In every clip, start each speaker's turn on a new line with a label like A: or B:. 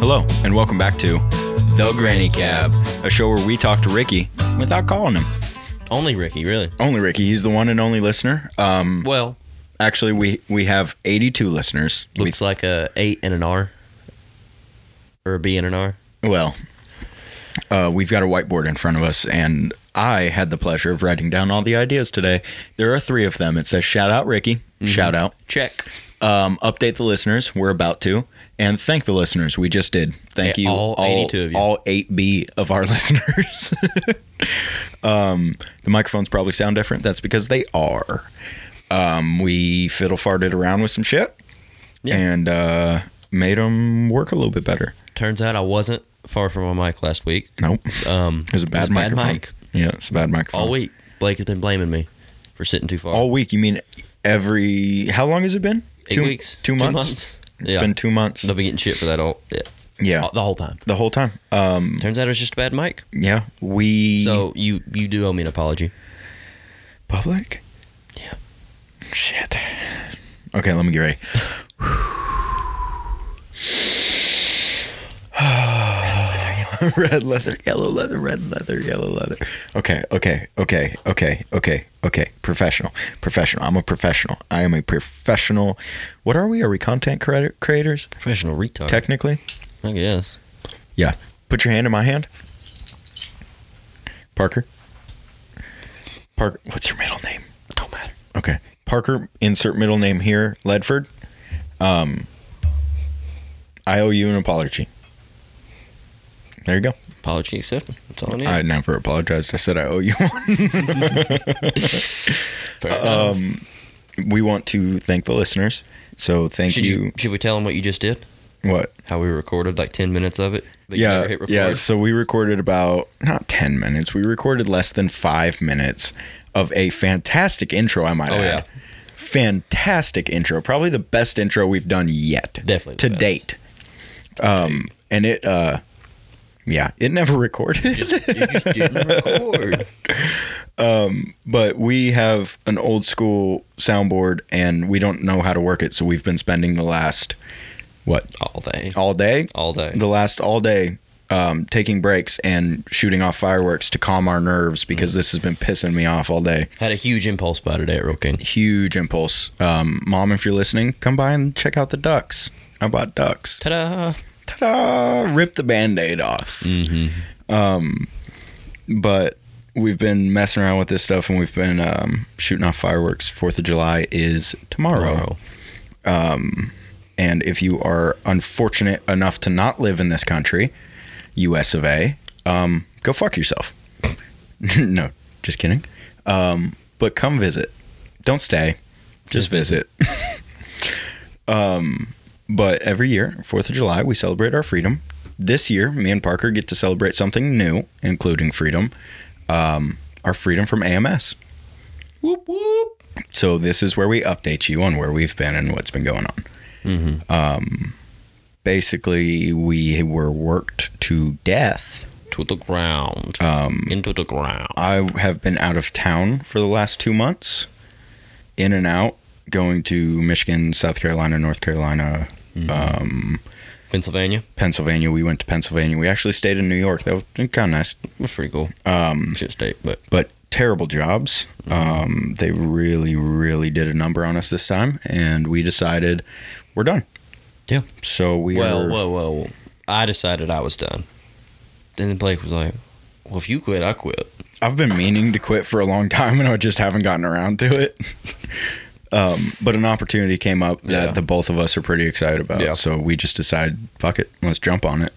A: Hello, and welcome back to The Granny Cab, a show where we talk to Ricky without calling him.
B: Only Ricky, really.
A: Only Ricky. He's the one and only listener. Um,
B: Well,
A: actually, we we have 82 listeners. We,
B: looks like a eight and an R, or a B and an R.
A: well, uh, we've got a whiteboard in front of us, and I had the pleasure of writing down all the ideas today. There are three of them. It says shout out Ricky, shout out,
B: Check.
A: um, update the listeners. We're about to, and thank the listeners. We just did. Thank
B: Yeah,
A: you,
B: all 82 of you.
A: all eight B of our listeners. um, the microphones probably sound different. That's because they are. Um, we fiddle farted around with some shit,
B: Yeah.
A: and uh, made them work a little bit better.
B: Turns out I wasn't far from my mic last week.
A: Nope,
B: Um,
A: it was a bad
B: it was a bad
A: microphone.
B: mic.
A: Yeah, it's a bad microphone.
B: all week. Blake has been blaming me for sitting too far.
A: All week. You mean every? How long has it been?
B: eight
A: two
B: weeks.
A: Two months. It's
B: yeah.
A: been two months.
B: They'll be getting shit for that all. Yeah.
A: yeah,
B: The whole time.
A: the whole time. Um,
B: Turns out it was just a bad mic.
A: yeah, we
B: So you you do owe me an apology.
A: Public?
B: Yeah.
A: Shit. Okay, let me get ready. red leather, yellow leather, red leather, yellow leather. Okay, okay, okay, okay, okay, okay. Professional, professional. I'm a professional. I am a professional. What are we? Are we content creator- creators?
B: Professional retard.
A: Technically?
B: I guess.
A: Yeah. Put your hand in my hand. Parker. Parker, what's your middle name?
B: Don't matter.
A: Okay. Parker, insert middle name here, Ledford. Um, I owe you an apology. There you go.
B: Apology accepted. That's all I need.
A: I never apologized. I said I owe you one.
B: Fair
A: Um,
B: enough.
A: we want to thank the listeners. So thank
B: should
A: you.
B: you should we tell them what you just did?
A: What?
B: how we recorded like 10 minutes of it but you never
A: Yeah.
B: hit record.
A: Yeah. So we recorded about not 10 minutes. We recorded less than five minutes of a fantastic intro, I might
B: Oh,
A: add. Fantastic intro. Probably the best intro we've done yet.
B: Definitely the
A: To
B: best.
A: date. Um, and it, uh, yeah, it never recorded.
B: Just- you just didn't record
A: but we have an old school soundboard and we don't know how to work it so we've been spending the last what
B: all day
A: all day
B: all day
A: the last all day um, taking breaks and shooting off fireworks to calm our nerves because this has been pissing me off all day
B: had a huge impulse buy today at real king
A: huge impulse um, mom if you're listening come by and check out the ducks i bought ducks
B: ta-da
A: ta-da rip the band-aid off um but we've been messing around with this stuff and we've been um shooting off fireworks fourth of july is tomorrow Um,
B: Tomorrow.
A: and if you are unfortunate enough to not live in this country us of a um go fuck yourself no just kidding um but come visit don't stay just visit Um, But every year, 4th of July, we celebrate our freedom. This year, me and Parker get to celebrate something new, including freedom, um, our freedom from AMS.
B: whoop whoop
A: So, this is where we update you on where we've been and what's been going on. Um,
B: Mm-hmm.
A: basically, we were worked to death.
B: to the ground um into the ground
A: I have been out of town for the last two months, in and out, going to Michigan, South Carolina, North Carolina,
B: pennsylvania
A: Pennsylvania. We went to Pennsylvania. We actually stayed in New York. That was kind of nice.
B: was pretty cool um shit state but
A: but terrible jobs. Um, they really, really did a number on us this time, and we decided we're done.
B: yeah
A: So we
B: well
A: are.
B: whoa whoa whoa. i decided i was done then blake was like well if you quit i quit
A: I've been meaning to quit for a long time, and I just haven't gotten around to it. um, but an opportunity came up that
B: Yeah.
A: the both of us are pretty excited about.
B: Yeah.
A: So we just decided, fuck it, let's jump on it.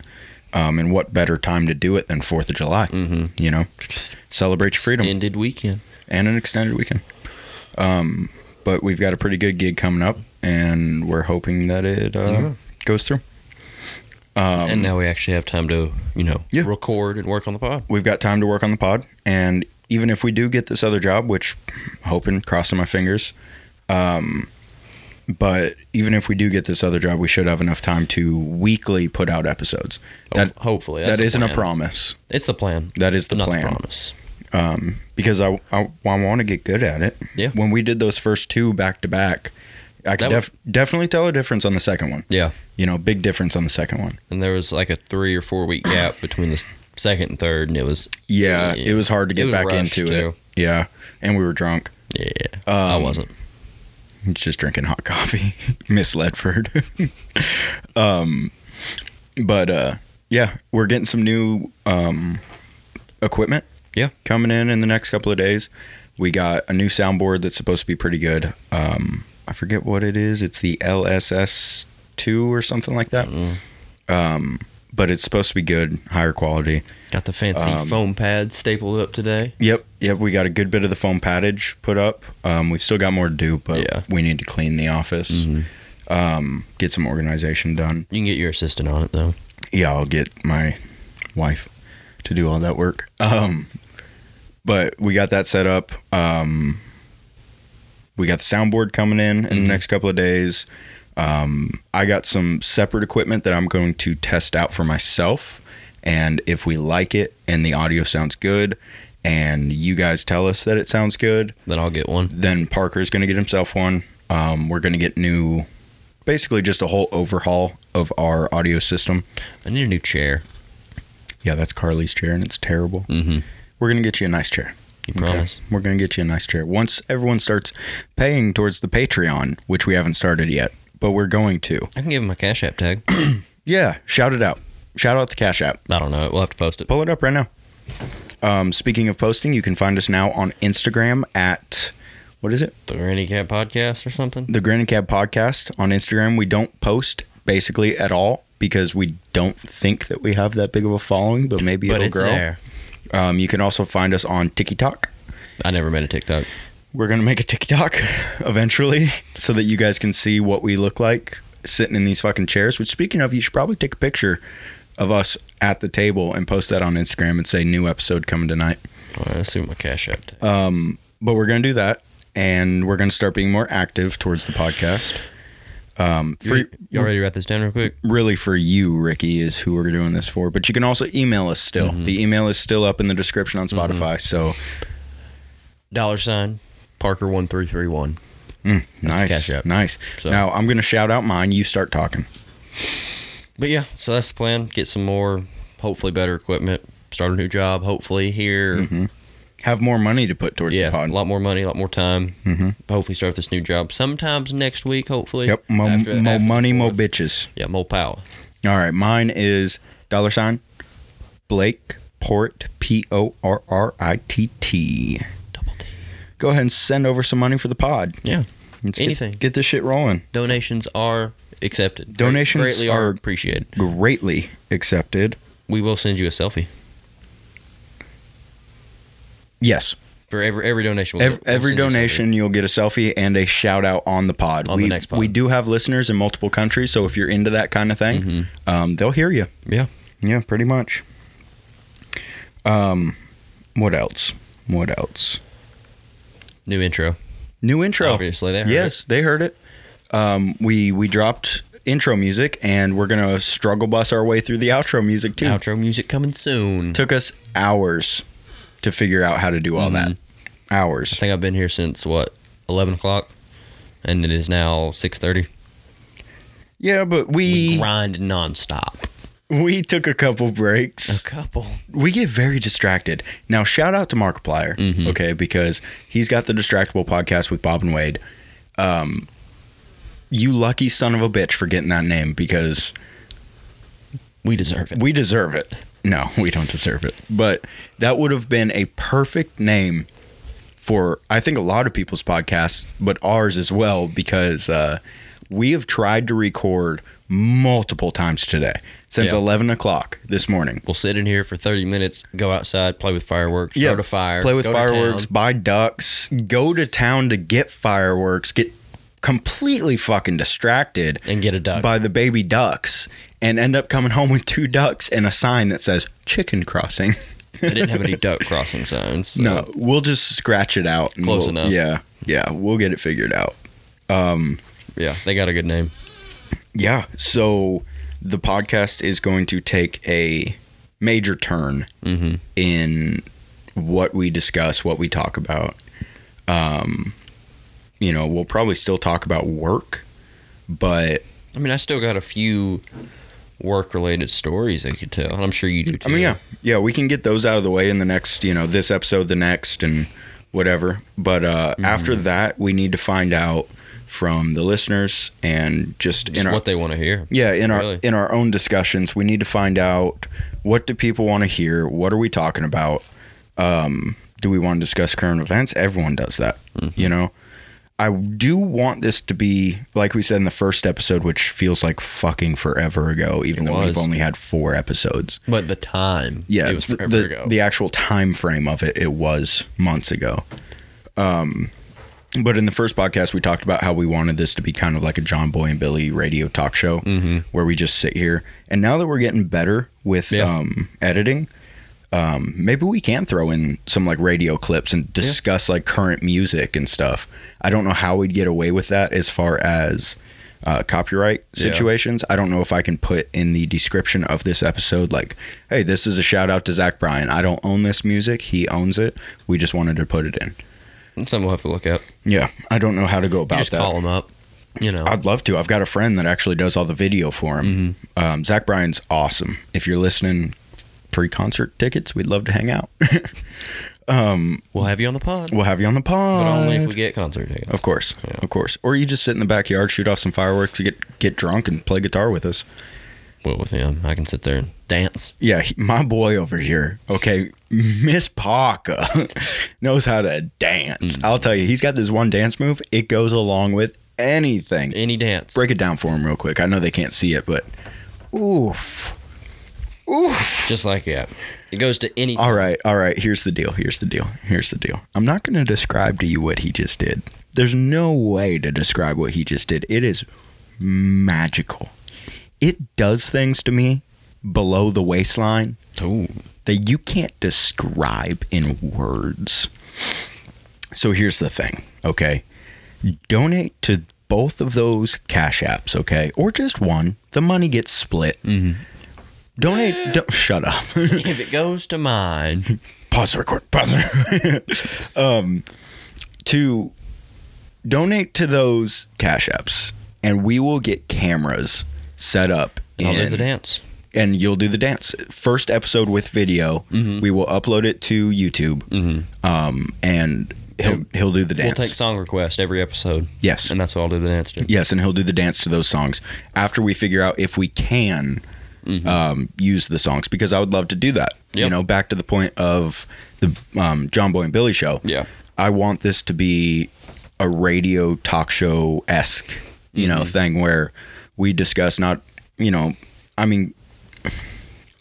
A: Um, and what better time to do it than Fourth of July?
B: Mm.
A: Mm-hmm. You know, celebrate your freedom.
B: ended weekend
A: and an extended weekend. Um, but we've got a pretty good gig coming up, and we're hoping that it uh, goes through.
B: and now we actually have time to you know
A: Um, Yeah.
B: record and work on the pod
A: We've got time to work on the pod, and even if we do get this other job, which hoping, crossing my fingers, um, But even if we do get this other job, we should have enough time to weekly put out episodes.
B: Ho-
A: That
B: hopefully that's
A: that
B: the
A: isn't a
B: plan.
A: promise.
B: It's the plan.
A: That is the
B: but not
A: plan.
B: the promise.
A: um, because I, I, want to get good at it.
B: Yeah.
A: When we did those first two back to back, I could
B: That
A: def- definitely tell a difference on the second one.
B: Yeah.
A: You know, big difference on the second one.
B: And there was like a three or four week gap between the s- second and third, and it was
A: Yeah,
B: Yeah.
A: it was hard to
B: It
A: get
B: was
A: back
B: rushed,
A: into
B: too.
A: it. Yeah, and we were drunk,
B: yeah. I
A: Um,
B: wasn't.
A: just drinking hot coffee. Miss Ledford. um, but uh, yeah, we're getting some new um equipment.
B: Yeah.
A: coming in in the next couple of days. We got a new soundboard that's supposed to be pretty good. Um, I forget what it is. It's the LSS two or something like that. Um,
B: Mm-hmm.
A: but it's supposed to be good, higher quality.
B: Got the fancy
A: um,
B: foam pad stapled up today.
A: Yep, yep. We got a good bit of the foam paddage put up. Um, we've still got more to do, but
B: Yeah. Mm-hmm.
A: we need to clean the office, um, get some organization done.
B: You can get your assistant on it though.
A: yeah, I'll get my wife to do all that work. Um, but we got that set up. Um, we got the soundboard coming in in the next couple of days. Um, I got some separate equipment that I'm going to test out for myself. And if we like it and the audio sounds good, and you guys tell us that it sounds good,
B: Then I'll get one.
A: then Parker's going to get himself one. Um, we're going to get new, basically just a whole overhaul of our audio system.
B: I need a new chair.
A: Yeah, that's Carly's chair, and it's terrible.
B: Mm-hmm.
A: We're gonna get you a nice chair.
B: You
A: okay?
B: promise?
A: We're gonna get you a nice chair once everyone starts paying towards the Patreon, which we haven't started yet, but we're going to.
B: I can give him my Cash App tag.
A: Yeah, shout it out. Shout out the Cash App.
B: I don't know. We'll have to post it.
A: Pull it up right now. Um, speaking of posting, you can find us now on Instagram at what is it?
B: The Granny Cat podcast or something.
A: The Granny Cab Podcast on Instagram. We don't post basically at all because we don't think that we have that big of a following, but maybe it'll grow. Um, you can also find us on TikTok.
B: I never made a TikTok.
A: we're gonna make a TikTok eventually so that you guys can see what we look like sitting in these fucking chairs. Which, speaking of, you should probably take a picture of us at the table and post that on Instagram and say new episode coming tonight.
B: All right, let's see what my Cash App
A: Uh,
B: tag.
A: But we're gonna do that, and we're gonna start being more active towards the podcast. Um, free,
B: you already write this down real quick.
A: really for you, Ricky, is who we're doing this for. But you can also email us still.
B: Mm-hmm.
A: The email is still up in the description on Spotify. So
B: Dollar sign Parker one three three one. That's the
A: nice,
B: Cash App.
A: nice.
B: So-
A: Now I'm gonna shout out mine. You start talking.
B: But yeah, so that's the plan. Get some more, hopefully better equipment. Start a new job, hopefully here.
A: Mm-hmm. Have more money to put towards
B: Yeah,
A: the pod.
B: a lot more money, a lot more time. Hopefully start this new job sometimes next week. Hopefully.
A: Mm-hmm. Yep. Mo,
B: After-
A: mo
B: after the
A: money, mo
B: fourth.
A: bitches.
B: Yeah, mo power.
A: All right. Mine is dollar sign Blake Port, P O R R I T T.
B: Double T.
A: Go ahead and send over some money for the pod.
B: Yeah.
A: Let's
B: Anything.
A: Get, get this shit rolling.
B: Donations are accepted.
A: Donations
B: greatly are
A: are-
B: appreciated.
A: Greatly accepted.
B: We will send you a selfie
A: Yes.
B: for every every donation. We'll
A: Every,
B: we'll
A: every
B: send you a selfie.
A: donation, you'll get a selfie and a shout out on the pod.
B: On the
A: we,
B: next pod.
A: we do have listeners in multiple countries, so if you're into that kind of thing,
B: Mm-hmm.
A: um, they'll hear you.
B: Yeah.
A: Yeah, pretty much. Um, what else? What else?
B: New intro.
A: New intro.
B: Obviously, they heard
A: yes, they heard it. Um, we we dropped intro music, and we're gonna struggle bus our way through the outro music
B: it.
A: too.
B: Outro music coming soon.
A: Took us hours to figure out how to do all that.
B: Mm-hmm. I
A: Hours.
B: think I've been here since what eleven o'clock, and it is now six thirty.
A: Yeah, but we
B: Grind nonstop.
A: we took a couple breaks.
B: couple.
A: we get very distracted. Now, shout out to Markiplier, okay, because he's got the Distractable podcast with Bob and Wade. Um, you lucky son of a bitch for getting that name because
B: We deserve it.
A: we deserve it. No, we don't deserve it. But that would have been a perfect name for, I think, a lot of people's podcasts, but ours as well, because uh, we have tried to record multiple times today since
B: Yeah.
A: 11 o'clock this morning.
B: We'll sit in here for thirty minutes. Go outside, play with fireworks. Start a fire.
A: Play with
B: go to
A: fireworks,
B: town.
A: buy ducks, go to town to get fireworks, get completely fucking distracted
B: and get a duck.
A: by the baby ducks, and end up coming home with two ducks and a sign that says chicken crossing.
B: they didn't have any duck crossing signs. so-
A: No, we'll just scratch it out. and
B: Close
A: we'll-
B: enough.
A: Yeah, yeah, we'll get it figured out.
B: yeah, they got a good name.
A: Yeah. So the podcast is going to take a major turn
B: Mm-hmm.
A: in what we discuss, what we talk about. Um, you know, we'll probably still talk about work, but
B: I mean, I still got a few work related stories I could tell. And I'm sure you do too.
A: I mean, yeah, yeah, we can get those out of the way in the next, you know, this episode, the next, and whatever. But uh, after that, we need to find out from the listeners and just,
B: Just
A: in our
B: what they want to hear.
A: yeah in our
B: really.
A: in our own discussions, we need to find out what do people want to hear, what are we talking about, um, do we want to discuss current events? Everyone does that,
B: Mm-hmm.
A: you know. I do want this to be like we said in the first episode, which feels like fucking forever ago, even
B: It
A: though
B: was.
A: we've only had four episodes
B: But the time.
A: yeah
B: It was
A: th-
B: forever
A: the,
B: ago.
A: the actual time frame of it it was months ago um but in the first podcast we talked about how we wanted this to be kind of like a john boy and billy radio talk show
B: Mm-hmm.
A: where we just sit here and now that we're getting better with
B: Yeah.
A: um editing um maybe we can throw in some like radio clips and discuss like current music and stuff i don't know how we'd get away with that as far as uh, copyright
B: Yeah.
A: situations. I don't know if I can put in the description of this episode, like, hey, this is a shout out to Zach Bryan. I don't own this music. He owns it. We just wanted to put it in.
B: Something we'll have to look at.
A: Yeah. I don't know how to go
B: You
A: about
B: just
A: that.
B: call them up. You know.
A: I'd love to. I've got a friend that actually does all the video for him.
B: Mm-hmm.
A: Um, Zach Bryan's awesome. If you're listening, free concert tickets. We'd love to hang out.
B: we'll have you on the pod.
A: we'll have you on the pod.
B: but only if we get concert tickets.
A: Of course,
B: Yeah.
A: of course. Or you just sit in the backyard, shoot off some fireworks, get get drunk, and play guitar with us.
B: Well, with him, I can sit there and dance.
A: Yeah, he- my boy over here, okay, Miss Parker knows how to dance. I'll tell you, he's got this one dance move. It goes along with anything.
B: Any dance.
A: Break it down for him real quick. I know they can't see it, but oof.
B: Just like that. It goes to any.
A: All right, all right. Here's the deal. Here's the deal. Here's the deal. I'm not going to describe to you what he just did. There's no way to describe what he just did. It is magical. It does things to me below the waistline
B: Ooh.
A: that you can't describe in words. So here's the thing, okay? Donate to both of those cash apps, okay? Or just one. The money gets split. Donate. do- shut up.
B: if it goes to mine,
A: pause the record. Pause. The um, to donate to those cash apps, and we will get cameras set up.
B: I'll do
A: in-
B: the dance.
A: and you'll do the dance. First episode with video,
B: Mm-hmm.
A: we will upload it to YouTube, um, and he'll he'll do the
B: We'll
A: dance.
B: take song request every episode.
A: Yes.
B: And that's what I'll do the dance to.
A: yes, and he'll do the dance to those songs after we figure out if we can um, use the songs because I would love to do that. You
B: Mm-hmm. Yep.
A: know, back to the point of the um, John Boy and Billy show.
B: Yeah.
A: I want this to be a radio talk show esque, you know, thing where we discuss not, you know, I mean,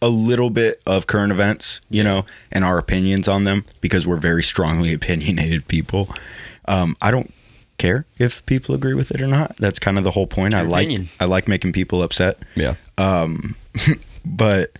A: a little bit of current events, you know, and our opinions on them because we're very strongly opinionated people. Um, I don't care if people agree with it or not. That's kind of the whole point. I like
B: opinion.
A: I like making people upset
B: Yeah.
A: but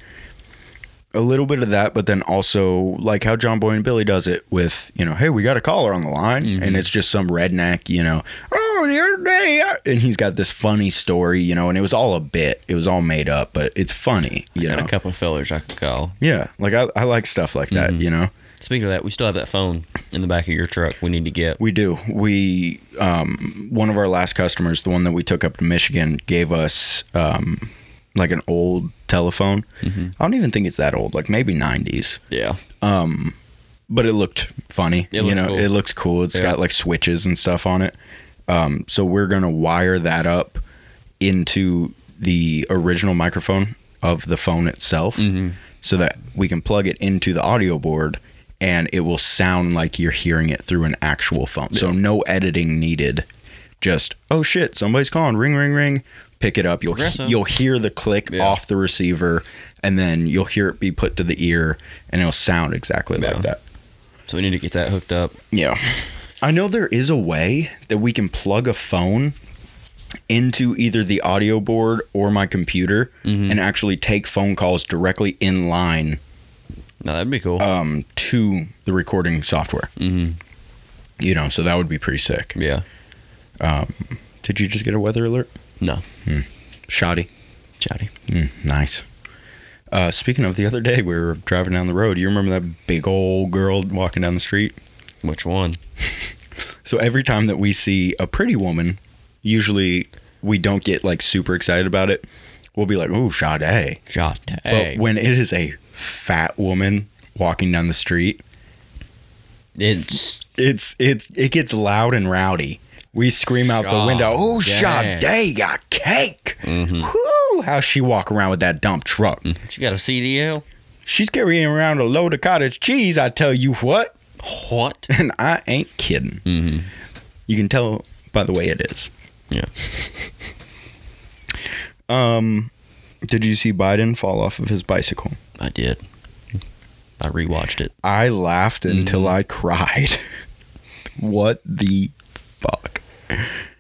A: a little bit of that, but then also like how John Boy and Billy does it with, you know, hey, we got a caller on the line, and it's just some redneck, you know, oh, the other day, I-" and he's got this funny story, you know, and it was all a bit, it was all made up, but it's funny, you
B: Got
A: know.
B: a couple of fellers I could call.
A: Yeah, like I, I like stuff like that, you know.
B: Speaking of that, we still have that phone in the back of your truck we need to get.
A: We do. We um, one of our last customers, the one that we took up to Michigan, gave us um, like an old telephone. I don't even think it's that old, like maybe nineties.
B: Yeah.
A: but it looked funny.
B: It
A: you
B: looks
A: know,
B: cool.
A: it looks cool. It's
B: Yeah.
A: got like switches and stuff on it. Um, so we're gonna wire that up into the original microphone of the phone itself,
B: Mm-hmm.
A: so that we can plug it into the audio board, and it will sound like you're hearing it through an actual phone. So no editing needed. Just oh shit, somebody's calling. Ring, ring, ring. Pick it up. You'll
B: Progresso.
A: you'll hear the click
B: Yeah.
A: off the receiver, and then you'll hear it be put to the ear, and it'll sound exactly
B: Yeah.
A: like that.
B: So we need to get that hooked up.
A: Yeah. I know there is a way that we can plug a phone into either the audio board or my computer and actually take phone calls directly in line
B: Now that'd be cool.
A: um, to the recording software. Mm-hmm. You know, so that would be pretty sick.
B: yeah.
A: Did you just get a weather alert? Hmm.
B: No.
A: Shoddy.
B: Chatty.
A: Mm, nice. Uh, speaking of, the other day we were driving down the road. You remember that big old girl walking down the street?
B: Which one?
A: So every time that we see a pretty woman, usually we don't get like super excited about it. We'll be like, "Ooh, Sade."
B: Chatty.
A: But when it is a fat woman walking down the street,
B: it's
A: it's it's it gets loud and rowdy. We scream out the window, "Oh,
B: Sade."
A: Sade got cake!" Whoo! How she walk around with that dump truck?
B: mm-hmm. she got a CDL.
A: She's carrying around a load of cottage cheese. I tell you what,
B: What?
A: and I ain't kidding.
B: Mm-hmm.
A: You can tell by the way it is.
B: Yeah.
A: Um, Did you see Biden fall off of his bicycle?
B: I did. I rewatched it.
A: I laughed
B: Mm-hmm.
A: until I cried. what the fuck?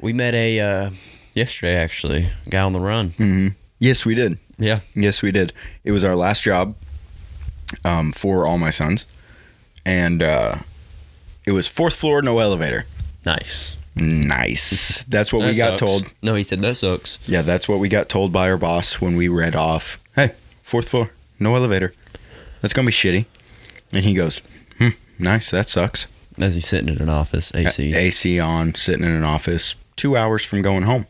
B: We met a uh, yesterday actually, a guy on the run.
A: Mm-hmm. Yes, we did.
B: Yeah.
A: Yes, we did. It was our last job um, for all my sons, and uh, it was fourth floor, no elevator.
B: Nice.
A: Nice. That's what we got told.
B: No, he said that sucks.
A: Yeah, that's what we got told by our boss when we read off, hey, fourth floor, no elevator. That's going to be shitty. And he goes, hmm, nice, that sucks.
B: As he's sitting in an office, AC.
A: AC on, sitting in an office, two hours from going home.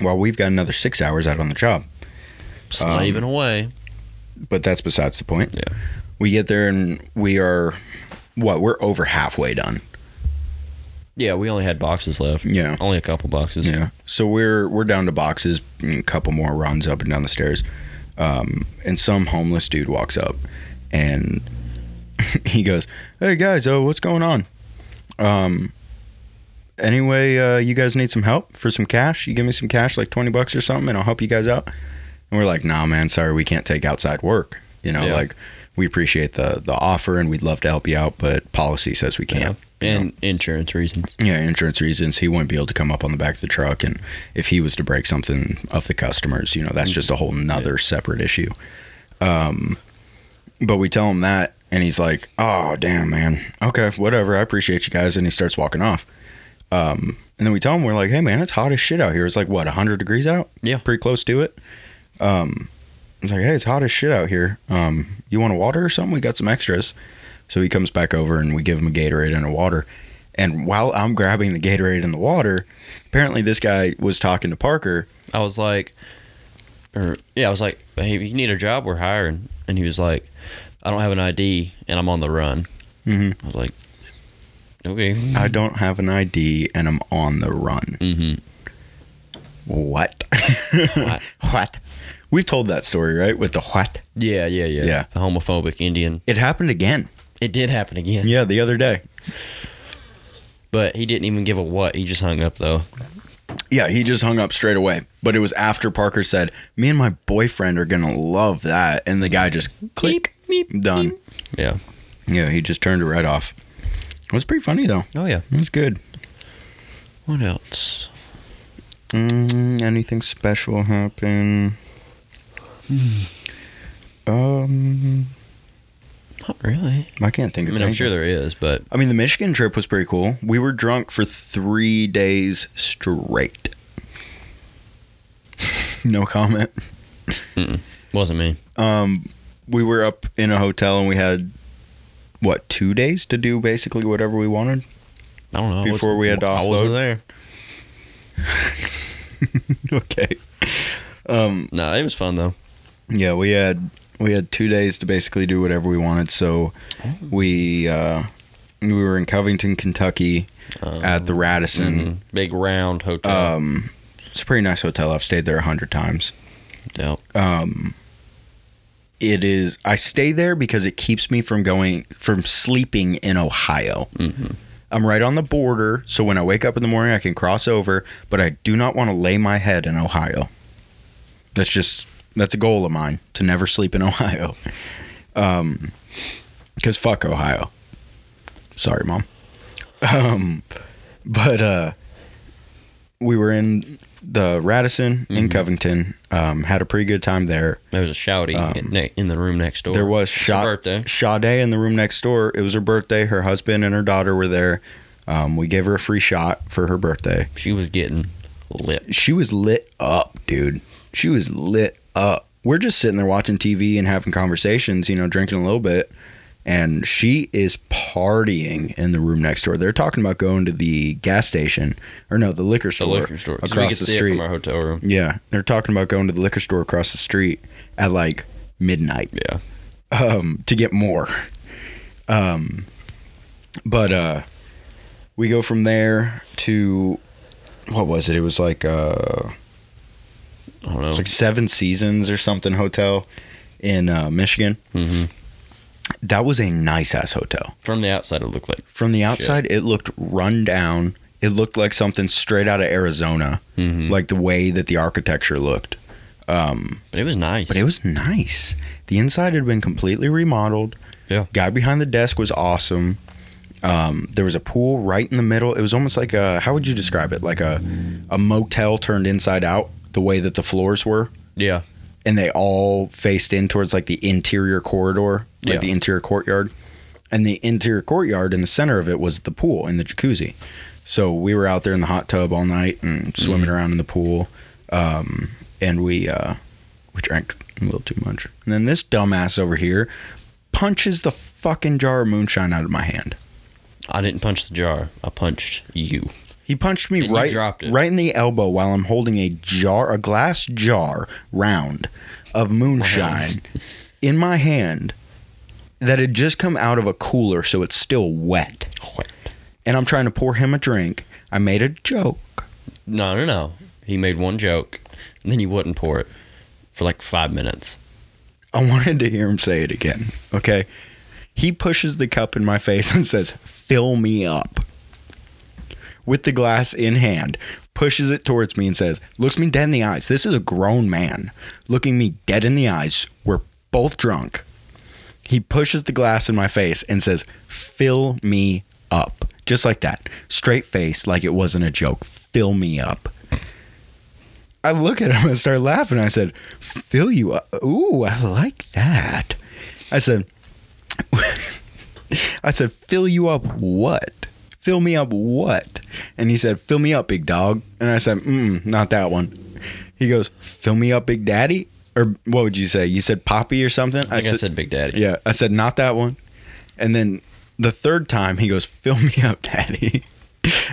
A: While we've got another six hours out on the job. um,
B: slaving away.
A: But that's besides the point.
B: Yeah.
A: We get there and we are, what, we're over halfway done.
B: Yeah, we only had boxes left.
A: Yeah.
B: Only a couple boxes.
A: Yeah. So we're we're down to boxes, a couple more runs up and down the stairs, um, and some homeless dude walks up, and he goes, "Hey guys, oh, what's going on? Um, anyway, uh, you guys need some help for some cash? You give me some cash, like twenty bucks or something, and I'll help you guys out." And we're like, "Nah, man, sorry, we can't take outside work. You know,
B: Yeah.
A: like." We appreciate the the offer and we'd love to help you out, but policy says we can't.
B: And insurance reasons.
A: Yeah, insurance reasons. He wouldn't be able to come up on the back of the truck, and if he was to break something of the customers, you know, that's just a whole nother separate issue. Um, but we tell him that, and he's like, "Oh, damn, man. Okay, whatever. I appreciate you guys." And he starts walking off. Um, and then we tell him we're like, "Hey, man, it's hot as shit out here. It's like what, hundred degrees out?
B: Yeah.
A: pretty close to it." Um, he's like, "Hey, it's hot as shit out here. Um, you want a water or something? We got some extras." So he comes back over and we give him a Gatorade and a water. And while I'm grabbing the Gatorade and the water, apparently this guy was talking to Parker.
B: I was like, or yeah, I was like, hey, you need a job? We're hiring. And he was like, I don't have an ID and I'm on the run. Mm-hmm. I was like, okay.
A: I don't have an ID and I'm on the run.
B: Mhm.
A: What?
B: What?
A: what? We've told that story, right? With the what?
B: Yeah, yeah, yeah.
A: Yeah.
B: The homophobic Indian.
A: It happened again.
B: It did happen again.
A: Yeah, the other day.
B: But he didn't even give a what. He just hung up though.
A: Yeah, he just hung up straight away. But it was after Parker said, Me and my boyfriend are going to love that. And the guy just click,
B: Beep, beep,
A: done.
B: Yeah.
A: Yeah, he just turned it right off. It was pretty funny, though.
B: Oh yeah.
A: It was good.
B: What else?
A: Mm, anything special happen? Um,
B: Not really.
A: I can't think
B: I
A: of.
B: mean, I'm
A: anything.
B: sure there is, but
A: I mean, the Michigan trip was pretty cool. We were drunk for three days straight. no comment. Um,
B: wasn't me.
A: We were up in a hotel and we had what two days to do basically whatever we wanted.
B: I don't know. I
A: Before
B: wasn't-
A: we had to
B: I wasn't
A: offload?
B: there.
A: okay. Um,
B: No, it was fun though.
A: Yeah, we had we had two days to basically do whatever we wanted. So we uh, we were in Covington, Kentucky, at the Radisson.
B: Um, Mm-hmm. Big round hotel.
A: Um, it's a pretty nice hotel. I've stayed there a hundred times.
B: Yeah.
A: It is. I stay there because it keeps me from going from sleeping in Ohio.
B: Mm-hmm.
A: I'm right on the border, so when I wake up in the morning, I can cross over. But I do not want to lay my head in Ohio. That's just that's a goal of mine to never sleep in Ohio. Um, because fuck Ohio. Sorry, mom. Um, but uh, we were in the Radisson in Covington. Um, had a pretty good time there.
B: There was a shouty in, ne- in the room next door.
A: um, There was
B: It's her
A: Sha-
B: birthday.
A: Sade in the room next door. It was her birthday. Her husband and her daughter were there. Um, we gave her a free shot for her birthday.
B: She was getting lit.
A: She was lit up, dude. She was lit up. We're just sitting there watching TV and having conversations, you know, drinking a little bit. And she is partying in the room next door. They're talking about going to the gas station, or no, the liquor
B: The
A: store,
B: liquor store.
A: across
B: so we could
A: the
B: see it
A: street.
B: from our hotel room.
A: Yeah, they're talking about going to the liquor store across the street at like midnight
B: Yeah.
A: um, to get more. Um, but uh, we go from there to what was it? It was like uh,
B: I don't know.
A: it's like Seven Seasons or something hotel in uh, Michigan.
B: hmm
A: That was a nice ass hotel.
B: From the outside, it looked like.
A: From the outside, it looked run down. It looked like something straight out of Arizona,
B: Mhm.
A: like the way that the architecture looked. Um,
B: But it was nice.
A: But it was nice. The inside had been completely remodeled.
B: Yeah.
A: Guy behind the desk was awesome. Um, there was a pool right in the middle. It was almost like a how would you describe it? Like a a motel turned inside out, the way that the floors were,
B: Yeah.
A: and they all faced in towards like the interior corridor, like
B: Yeah.
A: the interior courtyard. And the interior courtyard in the center of it was the pool and the jacuzzi. So we were out there in the hot tub all night and swimming around in the pool. Um, and we uh, we drank a little too much. And then this dumbass over here punches the fucking jar of moonshine out of my hand.
B: I didn't punch the jar. I punched you.
A: He punched me
B: And you
A: right
B: dropped it.
A: right in the elbow while I'm holding a jar, a glass jar round of moonshine in my hand that had just come out of a cooler, so it's still wet. And I'm trying to pour him a drink. I made a joke.
B: No, no, no. He made one joke, and then you wouldn't pour it for like five minutes.
A: I wanted to hear him say it again. Okay. He pushes the cup in my face and says, Fill me up. With the glass in hand, pushes it towards me and says, Looks me dead in the eyes. This is a grown man looking me dead in the eyes. We're both drunk. He pushes the glass in my face and says, Fill me up. Just like that. Straight face, like it wasn't a joke. Fill me up. I look at him and start laughing. I said, "Fill you up? Ooh, I like that." I said, "I said, fill you up what? Fill me up what?" And he said, "Fill me up, big dog." And I said, mm, "Not that one." He goes, "Fill me up, big daddy." Or what would you say? You said poppy or something.
B: I think I said Big Daddy.
A: Yeah, I said not that one. And then the third time he goes, "Fill me up, daddy."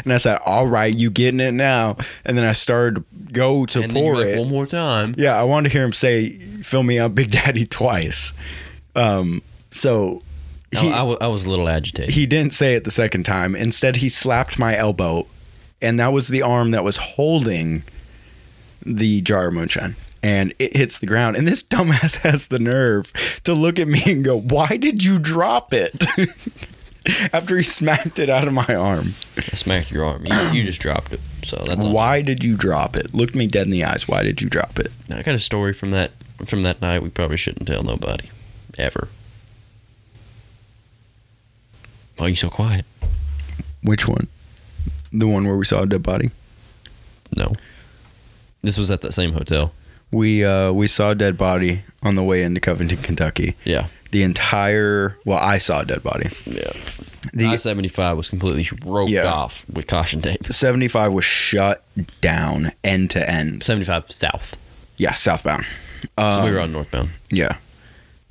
A: And I said, "All right, you getting it now?" And then I started to go to
B: And then
A: pour
B: you're like,
A: it.
B: one more time.
A: yeah, I wanted to hear him say, "Fill me up, Big Daddy," twice. Um, so
B: No,
A: he,
B: I, wa- I was a little agitated.
A: he didn't say it the second time. Instead, he slapped my elbow, and that was the arm that was holding the jar of moonshine. And it hits the ground. And this dumbass has the nerve to look at me and go, Why did you drop it? After he smacked it out of my arm.
B: I smacked your arm. You, you just dropped it. So that's all.
A: Why did you drop it? Looked me dead in the eyes. Why did you drop it?
B: Now, I got a story from that from that night. We probably shouldn't tell nobody, ever. Why are you so quiet?
A: Which one? The one where we saw a dead body?
B: No. This was at that same hotel.
A: We uh, we saw a dead body on the way into Covington, Kentucky.
B: Yeah.
A: The entire well, I saw a dead body.
B: Yeah.
A: The
B: I seventy five was completely roped
A: Yeah.
B: off with caution tape.
A: 75 was shut down end to end.
B: Seventy five south.
A: Yeah, southbound.
B: So
A: Um,
B: we were on northbound.
A: Yeah.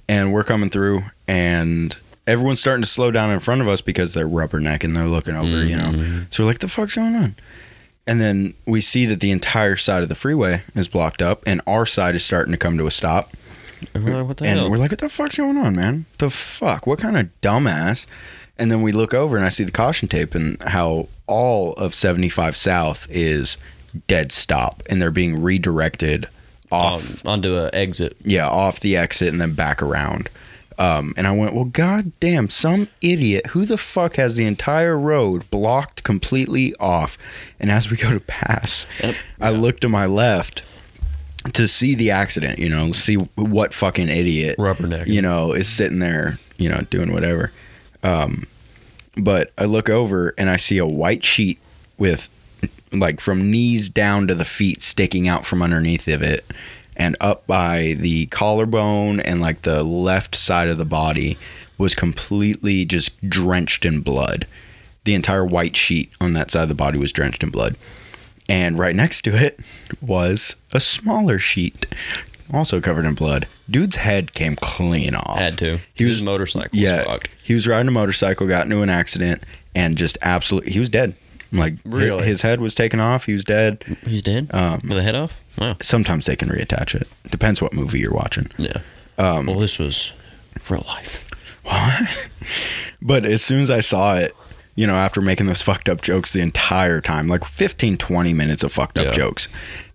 A: And we're coming through, and everyone's starting to slow down in front of us because they're rubbernecking, they're looking over, you
B: Mm-hmm.
A: know. So we're like, the fuck's going on? And then we see that the entire side of the freeway is blocked up, and our side is starting to come to a stop.
B: And we're like, what the
A: and
B: hell?
A: we're like, what the fuck's going on, man? The fuck? What kind of dumbass? And then we look over and I see the caution tape and how all of 75 South is dead stop and they're being redirected
B: on,
A: off,
B: onto a exit.
A: yeah, off the exit and then back around. Um, and I went, well, goddamn, some idiot who the fuck has the entire road blocked completely off. And as we go to pass,
B: Yep.
A: I look to my left to see the accident, you know, see what fucking idiot
B: Rubberneck.
A: you know, is sitting there, you know, doing whatever. Um, but I look over and I see a white sheet with like from knees down to the feet sticking out from underneath of it and up by the collarbone and like the left side of the body was completely just drenched in blood. The entire white sheet on that side of the body was drenched in blood. And right next to it was a smaller sheet, also covered in blood. Dude's head came clean off.
B: Had to.
A: He was
B: his motorcycle.
A: yeah.
B: Was fucked.
A: He was riding a motorcycle, got into an accident, and just absolutely he was dead. Like hi-
B: Really?
A: his head was taken off. He was dead.
B: He's dead.
A: Um,
B: With a head off. Wow.
A: Sometimes they can reattach it. Depends what movie you're watching.
B: Yeah.
A: Um,
B: well, this was real life.
A: But as soon as I saw it, you know, after making those fucked up jokes the entire time, like 15, 20 minutes of fucked up
B: Yeah.
A: jokes.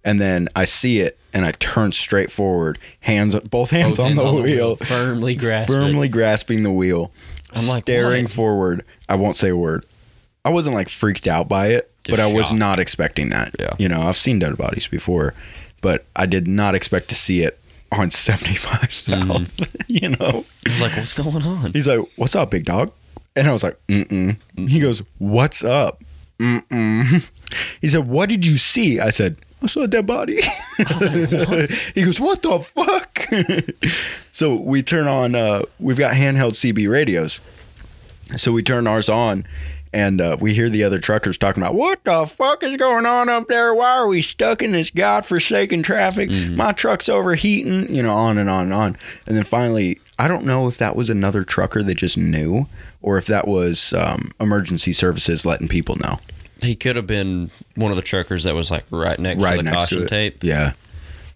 A: And then I see it and I turn straight forward, hands both hands, on, the wheel,
B: Firmly grasped.
A: firmly grasping the wheel,
B: I'm like,
A: staring
B: "What?"
A: forward. I won't say a word. I wasn't like freaked out by it,
B: Just
A: but I was
B: shocked.
A: not expecting that.
B: Yeah.
A: You know, I've seen dead bodies before, but I did not expect to see it on 75 South,
B: Mm-hmm.
A: you know.
B: I was like, what's going on?
A: He's like, "What's up, big dog?" And I was like, "Mm-mm." He goes, "What's up?" Mm-mm. He said, "What did you see?" I said, "I saw a dead body." he goes, "What the fuck?" so we turn on. Uh, we've got handheld CB radios, so we turn ours on. And uh, we hear the other truckers talking about what the fuck is going on up there? Why are we stuck in this godforsaken traffic?
B: Mm-hmm.
A: My truck's overheating, you know, on and on and on. And then finally, I don't know if that was another trucker that just knew, or if that was um, emergency services letting people know.
B: He could have been one of the truckers that was like right next
A: Right
B: to the
A: next
B: caution
A: to it. Um,
B: tape.
A: Yeah,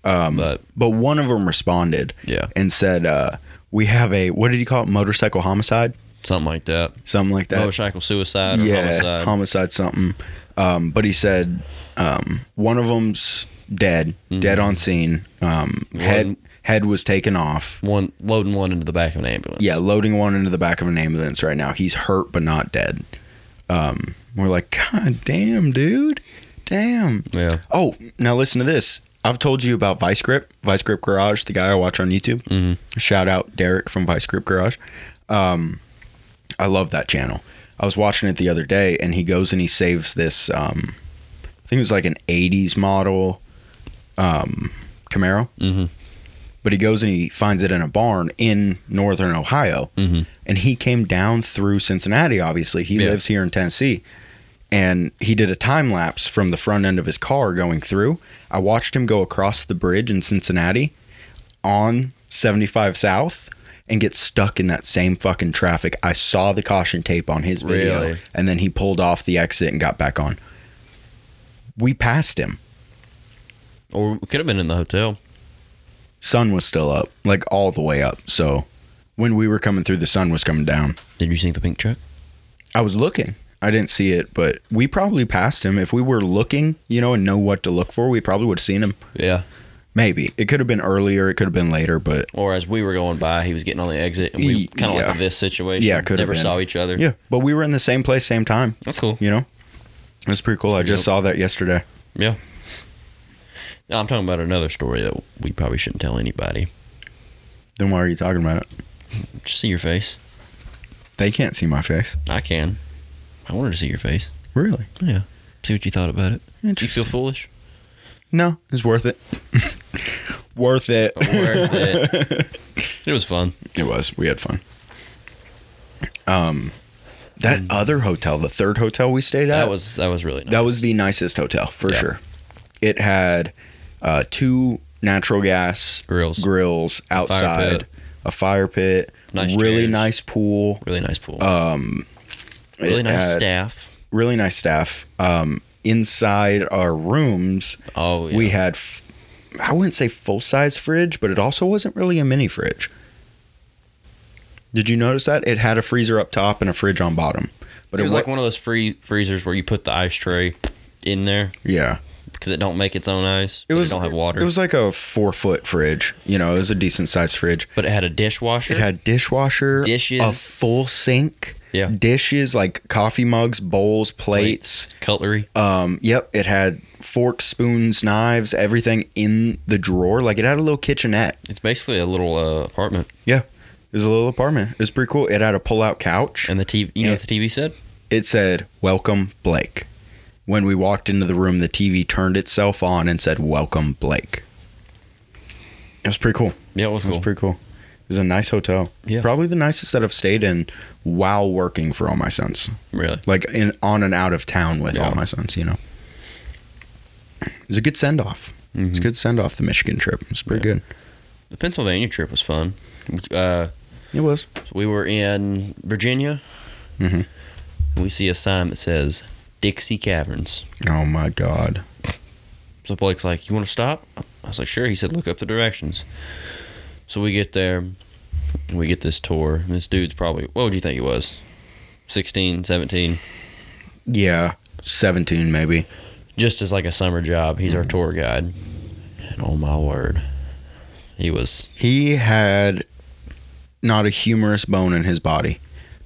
B: but
A: but one of them responded.
B: Yeah.
A: and said, uh, "We have a what did he call it? Motorcycle homicide,
B: something like that.
A: something like that."
B: Motorcycle suicide or homicide.
A: homicide something. Um, but he said um, one of them's dead, dead on scene. Um, head head was taken off.
B: one loading one into the back of an ambulance.
A: Yeah, loading one into the back of an ambulance right now. He's hurt but not dead. Um, we're like, God damn, dude, damn.
B: Yeah.
A: Oh, now listen to this. I've told you about Vice Grip, Vice Grip Garage, the guy I watch on YouTube.
B: Mm-hmm.
A: Shout out Derek from Vice Grip Garage. Um, I love that channel. I was watching it the other day, and he goes and he saves this. Um, I think it was like an '80s model um, Camaro.
B: Mhm.
A: But he goes and he finds it in a barn in northern Ohio,
B: Mm-hmm.
A: and he came down through Cincinnati. Obviously, he
B: Yeah.
A: lives here in Tennessee and he did a time lapse from the front end of his car going through. I watched him go across the bridge in Cincinnati on 75 South and get stuck in that same fucking traffic. I saw the caution tape on his video
B: Really?
A: and then he pulled off the exit and got back on. We passed him.
B: Or we could have been in the hotel.
A: Sun was still up, like all the way up. So when we were coming through, the sun was coming down.
B: Did you see the pink truck?
A: I was looking. I didn't see it, but we probably passed him. If we were looking, you know, and know what to look for, we probably would have seen him.
B: Yeah.
A: Maybe it could have been earlier. It could have been later, but
B: Or as we were going by, he was getting on the exit, and we
A: Ye-
B: kind of
A: yeah.
B: like this situation.
A: Yeah, could have
B: never
A: been.
B: saw each other.
A: yeah. But we were in the same place, same time.
B: that's cool.
A: You know, that's pretty cool. I just saw that yesterday.
B: Yeah. Now, I'm talking about another story that we probably shouldn't tell anybody.
A: Then why are you talking about it?
B: Just see your face.
A: They can't see my face.
B: I can. I wanted to see your face.
A: Really?
B: Yeah. See what you thought about it. You
A: Interesting.
B: feel foolish?
A: No, it's worth it. worth it.
B: Worth it. It was fun.
A: It was. We had fun. Um, that other hotel, the third hotel we stayed at,
B: That was that was really nice.
A: That was the nicest hotel for
B: Yeah.
A: sure. It had uh, two natural gas
B: Grills.
A: grills outside,
B: pit.
A: a fire pit,
B: Nice
A: really
B: chairs.
A: nice pool,
B: really nice pool.
A: um, it
B: really nice
A: had
B: staff.
A: really nice staff. Um, inside our rooms,
B: Oh yeah.
A: we had f- I wouldn't say full size fridge, but it also wasn't really a mini fridge. Did you notice that it had a freezer up top and a fridge on bottom? But
B: it was
A: wa-
B: like one of those free freezers where you put the ice tray in there
A: yeah,
B: because it don't make its own ice.
A: it
B: but
A: was
B: don't have water.
A: It was like a four foot fridge. You know, it was a decent sized fridge.
B: but it had a dishwasher.
A: It had dishwasher,
B: Dishes.
A: a full sink,
B: Yeah.
A: dishes like coffee mugs, bowls, plates.
B: cutlery.
A: Um, yep, it had forks, spoons, knives, everything in the drawer. Like it had a little kitchenette.
B: It's basically a little uh, apartment.
A: Yeah, it was a little apartment. It was pretty cool. It had a pull out couch.
B: And the TV, you know, what the TV said
A: It said "Welcome, Blake." When we walked into the room, the TV turned itself on and said "Welcome, Blake." It was pretty cool.
B: yeah, it was
A: It was
B: cool.
A: pretty cool. It was a nice hotel.
B: Yeah.
A: Probably the nicest that I've stayed in while working for all my sons.
B: really.
A: Like in on and out of town with
B: Yeah.
A: all my sons, you know. It was a good send off.
B: Mm-hmm.
A: It's a good send off. The Michigan trip. It's pretty good.
B: The Pennsylvania trip was fun. Uh,
A: It was.
B: we were in Virginia.
A: Mhm.
B: And we see a sign that says Dixie Caverns.
A: Oh my god.
B: So Blake's like, "You want to stop?" I was like, "Sure." He said, "Look up the directions." So we get there, and we get this tour. And this dude's probably what would you think he was? 16, 17.
A: Yeah, seventeen maybe.
B: Just as like a summer job, he's
A: Mm-hmm.
B: our tour guide. And oh my word, he was
A: He had not a humorous bone in his body.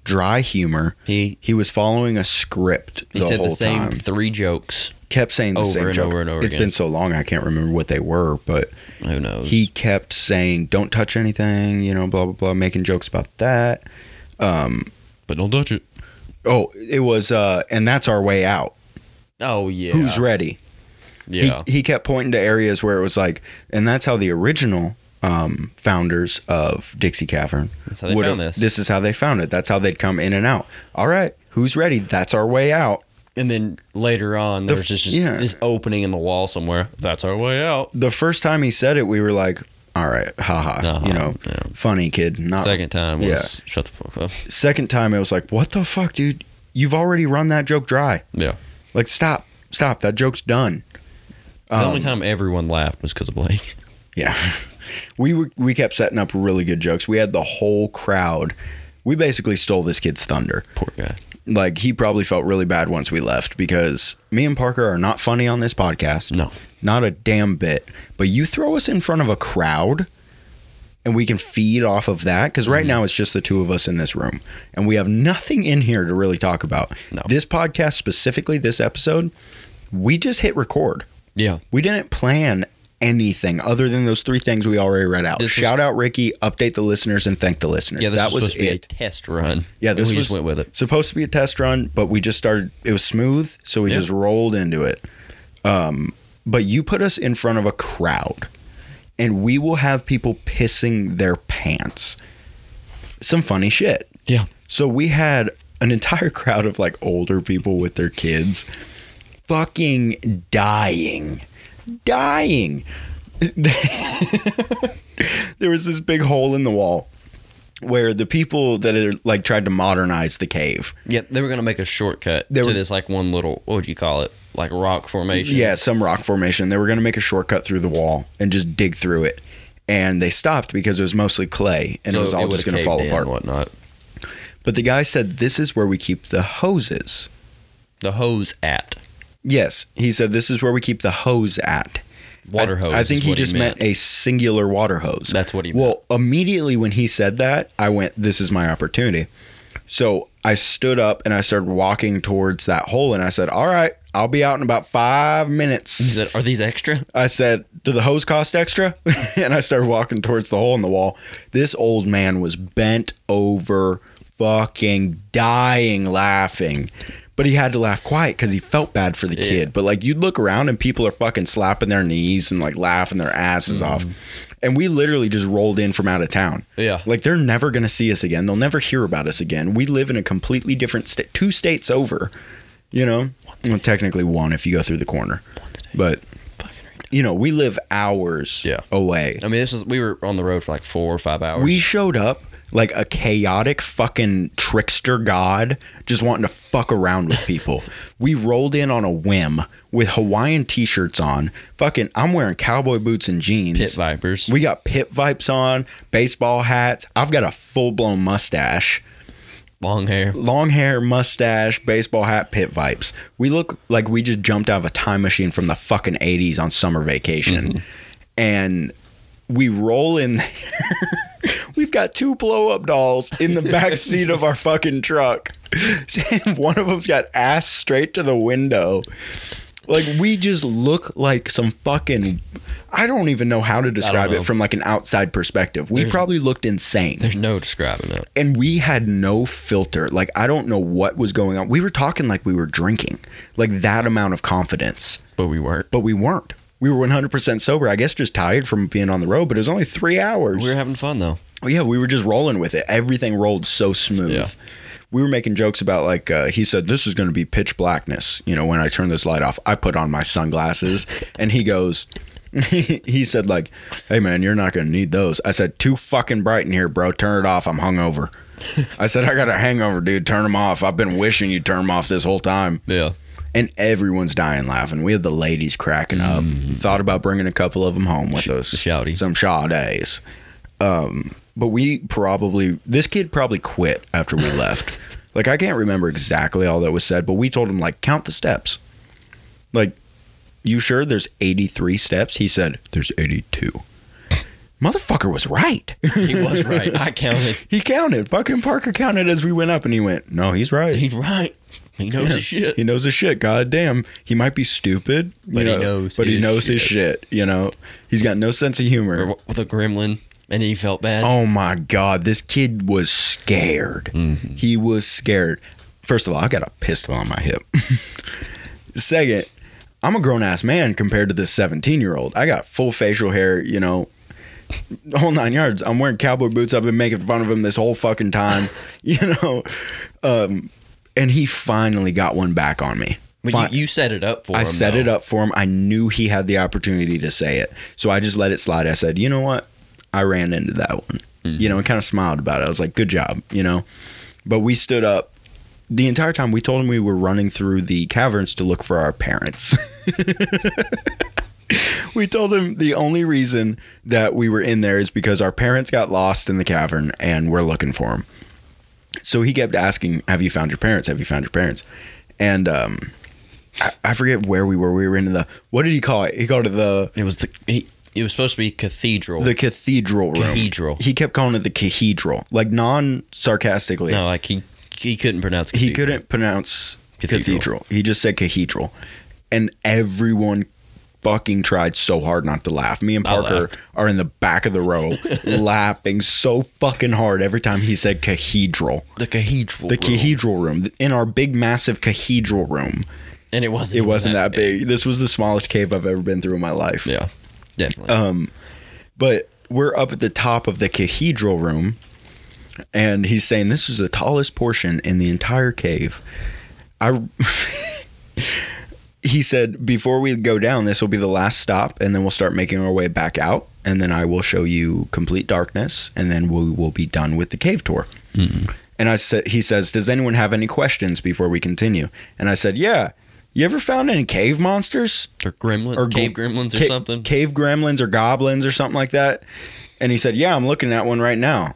A: Dry humor.
B: he.
A: He was following a script
B: He
A: the
B: said
A: whole
B: the same
A: time.
B: three jokes.
A: Kept saying the
B: over
A: same
B: and
A: joke.
B: over and over
A: It's
B: again.
A: been so long I can't remember what they were, but
B: Who knows?
A: he kept saying, "Don't touch anything," you know, blah blah blah, making jokes about that.
B: but don't touch it.
A: Oh, it was, uh, and that's our way out.
B: Oh yeah.
A: Who's ready?
B: Yeah.
A: He, he kept pointing to areas where it was like, and that's how the original um, founders of Dixie Cavern
B: That's how they
A: would
B: found
A: have-
B: this.
A: This is how they found it. That's how they'd come in and out. All right, who's ready? That's our way out.
B: and then later on, there's
A: f-
B: just, just
A: yeah.
B: this opening in the wall somewhere. That's our way out.
A: The first time he said it, we were like, all right, haha,
B: Uh-huh,
A: Uh, you know,
B: yeah.
A: funny kid. Not
B: Second time was
A: yeah.
B: shut the fuck up.
A: Second time, it was like, what the fuck, dude? You've already run that joke dry.
B: Yeah.
A: Like, stop, stop. That joke's done.
B: The
A: Um,
B: only time everyone laughed was because of Blake.
A: Yeah. We were, we kept setting up really good jokes. We had the whole crowd. We basically stole this kid's thunder.
B: Poor guy.
A: Like he probably felt really bad once we left because me and Parker are not funny on this podcast.
B: No.
A: Not a damn bit. But you throw us in front of a crowd and we can feed off of that cuz
B: Mm-hmm.
A: right now it's just the two of us in this room and we have nothing in here to really talk about.
B: No.
A: This podcast specifically this episode, we just hit record.
B: Yeah.
A: We didn't plan anything other than those three things we already read out.
B: This was-
A: Shout out Ricky, update the listeners, and thank the listeners.
B: Yeah, this
A: that
B: was,
A: was
B: supposed to be a
A: it.
B: test run.
A: Yeah,
B: And
A: this
B: we
A: was
B: just went with it.
A: supposed to be a test run, but we just started. It was smooth, so we
B: Yeah.
A: just rolled into it. Um, but you put us in front of a crowd, and we will have people pissing their pants. Some funny shit.
B: Yeah.
A: So we had an entire crowd of like older people with their kids fucking dying. Dying. there was this big hole in the wall where the people that had like tried to modernize the cave.
B: Yeah, they were gonna make a shortcut
A: They
B: to
A: were-
B: this like one little what would you call it? Like rock formation.
A: Yeah, some rock formation. They were going to make a shortcut through the wall and just dig through it. And they stopped because it was mostly clay and
B: So
A: it was all just going to
B: caved
A: fall
B: in and
A: apart.
B: whatnot.
A: But the guy said, This is where we keep the hoses.
B: The hose at
A: Yes, he said this is where we keep the hose at.
B: water
A: I-
B: hose.
A: I, think
B: is
A: he
B: what
A: just meant. a singular water hose.
B: That's what he
A: Well, immediately when he said that, I went, "This is my opportunity." So I stood up and I started walking towards that hole, and I said, "All right, I'll be out in about five
B: He
A: minutes."
B: said, "Are these extra?"
A: I said, "Do the hose cost extra?" and I started walking towards the hole in the wall. This old man was bent over, fucking dying laughing. But he had to laugh quiet because he felt bad for the kid. But like you'd look around and people are fucking slapping their knees and like laughing their asses off. And we literally just rolled in from out of town.
B: Yeah.
A: Like they're never going to see us again. They'll never hear about us again. We live in a completely different state, two states over, you know? Well, technically one if you go through the corner. But
B: Fucking ridiculous.
A: you know, we live hours
B: Yeah.
A: away.
B: I mean, this was we were on the road for like four or five hours.
A: We showed up like a chaotic fucking trickster god just wanting to fuck around with people. we rolled in on a whim with Hawaiian t shirts on. Fucking, I'm wearing cowboy boots and jeans.
B: pit vipers.
A: We got pit vipes on, baseball hats. I've got a full blown mustache,
B: long hair.
A: long hair, mustache, baseball hat, pit vipes. We look like we just jumped out of a time machine from the fucking 80s on summer vacation. And we roll in there. We've got two blow up dolls in the back seat of our fucking truck. One of them's got ass straight to the window. Like we just look like some fucking I don't even know how to describe
B: know.
A: it from like an outside perspective. We probably looked insane
B: There's no describing it.
A: and we had no filter. Like I don't know what was going on. We were talking like we were drinking. Like that amount of confidence
B: But we weren't.
A: but we weren't. We were 100% sober. I guess just tired from being on the road, but it was only three hours.
B: We were having fun though.
A: Oh, yeah, we were just rolling with it. Everything rolled so smooth.
B: Yeah.
A: we were making jokes about like uh, he said this is going to be pitch blackness. You know, when I turn this light off, I put on my sunglasses, and he goes. he said like, "Hey man, you're not going to need those." I said, "Too fucking bright in here, bro. Turn it off. I'm hungover." I said, "I got a hangover, dude. Turn them off. I've been wishing you'd turn them off this whole time."
B: Yeah.
A: and everyone's dying laughing. We had the ladies cracking up. Thought about bringing a couple of them home with us.
B: the shouty.
A: Some Sade. Um, but we probably, this kid probably quit after we left. Like, I can't remember exactly all that was said, but we told him, like, count the steps. Like, you sure there's 83 steps? He said, there's 82. Motherfucker was right.
B: He was right. I counted.
A: he counted. Fucking Parker counted as we went up and he went, no, he's right.
B: He's right. He knows his shit.
A: He knows his shit. God damn. He might be stupid, you
B: But he
A: know,
B: knows
A: But he
B: his
A: knows his shit. You know, he's got no sense of
B: Or
A: humor.
B: w- with a gremlin, and he felt bad.
A: Oh my god, this kid was scared. He was scared. First of all, I got a pistol on my hip. Second, I'm a grown ass man compared to this 17 year old. I got full facial hair. You know. the Whole nine yards. I'm wearing cowboy boots. I've been making fun of him this whole fucking time, you know. Um, and he finally got one back on me.
B: But
A: Fi-
B: you, you set it up for
A: I
B: him.
A: set
B: though.
A: it up for him. I knew he had the opportunity to say it. So I just let it slide. I said, you know what? I ran into that one. You
B: Mm-hmm.
A: know, and kind of smiled about it. I was like, good job, you know? But we stood up the entire time. We told him we were running through the caverns to look for our parents. we told him the only reason that we were in there is because our parents got lost in the cavern and we're looking for them. So he kept asking, have you found your parents? Have you found your parents? And, um, I- I forget where we were. We were in the what did he call it? He called it the
B: It was the. He, it was supposed to be cathedral.
A: the cathedral room.
B: Cathedral.
A: He kept calling it the cathedral, like non sarcastically.
B: no, like he he couldn't pronounce.
A: he
B: cathedral.
A: couldn't pronounce
B: Cathedral.
A: cathedral. He just said cathedral, and everyone fucking tried so hard not to laugh. Me and
B: I
A: Parker
B: laughed.
A: are in the back of the row, laughing so fucking hard every time he said cathedral.
B: The cathedral.
A: The
B: room.
A: cathedral room in our big, massive cathedral room.
B: And it wasn't.
A: It
B: even
A: wasn't that big. This was the smallest cave I've ever been through in my life.
B: Yeah, definitely.
A: Uh-huh. but we're up at the top of the cathedral room and he's saying this is the tallest portion in the entire cave i he said before we go down this will be the last stop and then we'll start making our way back out and then i will show you complete darkness and then we will be done with the cave tour and i said he says does anyone have any questions before we continue and i said yeah you ever found any cave monsters
B: or gremlins,
A: or
B: cave
A: go-
B: gremlins, or
A: ca-
B: something.
A: Cave gremlins or goblins or something like that. And he said, "Yeah, I'm looking at one right now."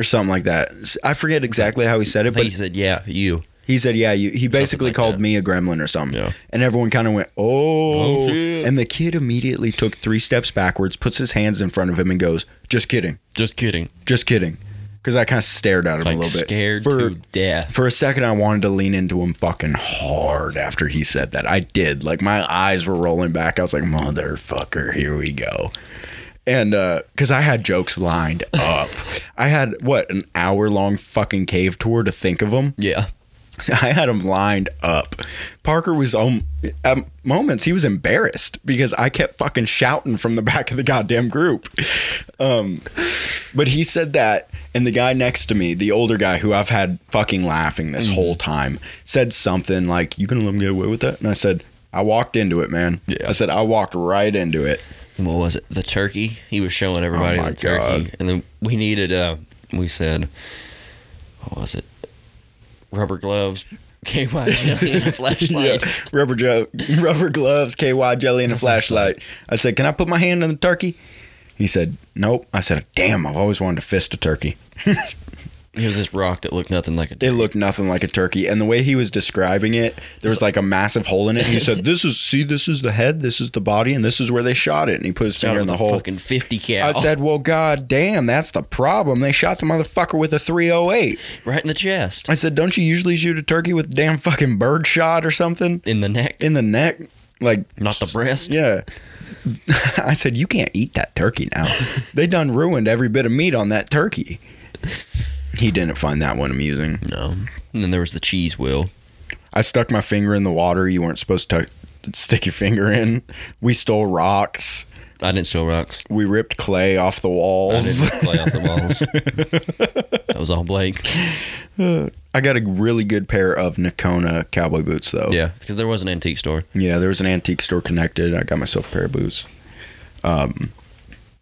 A: Or something like that. S- I forget exactly how he said
B: I
A: it,
B: think
A: but
B: he said, "Yeah, you."
A: he said, "Yeah, you, he basically
B: like
A: called
B: that.
A: me a gremlin or something."
B: Yeah.
A: And everyone kind of went, "Oh!"
B: Oh, shit.
A: and the kid immediately took three steps backwards, puts his hands in front of him, and goes, "Just kidding,
B: Just kidding.
A: just kidding," because I kind of stared at him
B: Like
A: a little bit.
B: scared
A: For-
B: to death.
A: for a second, I wanted to lean into him fucking hard after he said that. I did. Like, my eyes were rolling back. I was like, motherfucker, here we go. And, uh, cause I had jokes lined up. I had, what, an hour long fucking cave tour to think of them?
B: Yeah.
A: I had him lined up. Parker was um, at moments he was embarrassed because I kept fucking shouting from the back of the goddamn group. Um, but he said that, and the guy next to me, the older guy who I've had fucking laughing this whole time, said something like, "You gonna let me get away with that?" And I said, "I walked into it, man."
B: Yeah.
A: I said, "I walked right into it."
B: what was it? The turkey. He was showing everybody
A: Oh my
B: the turkey,
A: God.
B: and then we needed. Uh, we said, what was it? Rubber gloves, KY jelly, and a flashlight.
A: Yeah. Rubber jo- rubber gloves, KY jelly, and a flashlight. I said, Can I put my hand in the turkey? He said, Nope. I said, Damn, I've always wanted to fist a turkey.
B: It was this rock that looked nothing like a.
A: It looked nothing like a turkey. And the way he was describing it, there was like a massive hole in it. He said, This is see, this is the head, this is the body, and this is where they shot it. And he put his
B: Shot
A: finger
B: him
A: in the
B: with a
A: hole.
B: fucking fifty cal.
A: I said, Well, god damn, that's the problem. They shot the motherfucker with a three oh eight.
B: right in the chest,
A: I said, Don't you usually shoot a turkey with damn fucking bird shot or something?
B: in the neck,
A: In the neck? Like
B: not the breast.
A: Yeah. I said, You can't eat that turkey now. they done ruined every bit of meat on that turkey. He didn't find that one amusing.
B: No. And then there was the cheese wheel.
A: I stuck my finger in the water you weren't supposed to stick your finger in. We stole rocks.
B: I didn't steal rocks.
A: We ripped clay off the
B: I
A: walls.
B: didn't play off the walls. that was all Blake.
A: I got a really good pair of Nakona cowboy boots though.
B: Yeah, because there was an antique store.
A: Yeah, there was an antique store connected. I got myself a pair of boots.
B: I,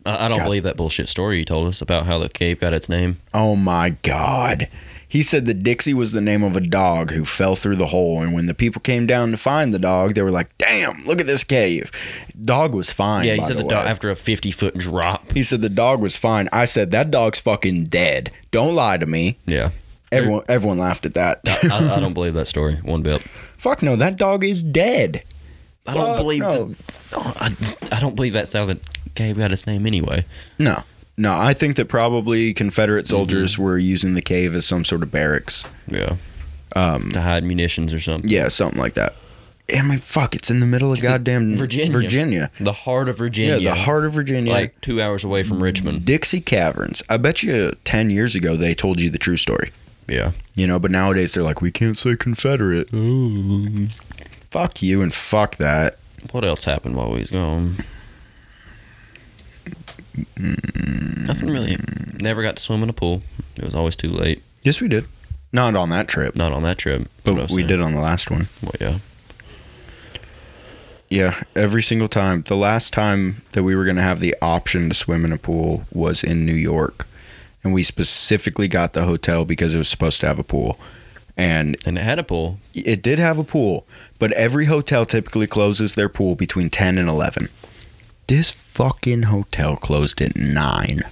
B: I don't
A: God.
B: believe that bullshit story you told us about how the cave got its name.
A: Oh my God. He said the Dixie was the name of a dog who fell through the hole. And when the people came down to find the dog, they were like, damn, look at this cave. Dog was fine.
B: Yeah, he
A: by
B: said the,
A: the
B: dog
A: way.
B: after a fifty foot drop.
A: He said the dog was fine. I said that dog's fucking dead. Don't lie to me.
B: Yeah,
A: Everyone, everyone laughed at that.
B: I, I, I don't believe that story one bit.
A: Fuck no, that dog is dead.
B: I don't
A: Fuck
B: believe.
A: no.
B: that- Oh, I, I don't believe that's how the cave got its name anyway.
A: No, no. I think that probably Confederate soldiers
B: Mm-hmm.
A: were using the cave as some sort of barracks.
B: Yeah, um, to hide munitions or something.
A: Yeah, something like that. I mean, fuck, it's in the middle of goddamn
B: Virginia.
A: Virginia.
B: The heart of
A: Yeah,
B: Virginia.
A: the heart of Virginia.
B: Like two hours away from Richmond.
A: Dixie Caverns. I bet you 10 years ago they told you the true story.
B: Yeah.
A: You know, but nowadays they're like, we can't say Confederate. Fuck you and fuck that.
B: What else happened while we was gone?
A: Mm-hmm.
B: Nothing really. Never got to swim in a pool. It was always too late.
A: Yes, we did. Not on that trip,
B: Not on that trip. That's what I
A: but
B: was
A: we
B: saying.
A: did on the last one.
B: Well, yeah.
A: Yeah, every single time. The last time that we were going to have the option to swim in a pool was in New York. And we specifically got the hotel because it was supposed to have a pool. And
B: And it had a pool.
A: it did have a pool, but every hotel typically closes their pool between 10 and 11. This fucking hotel closed at 9.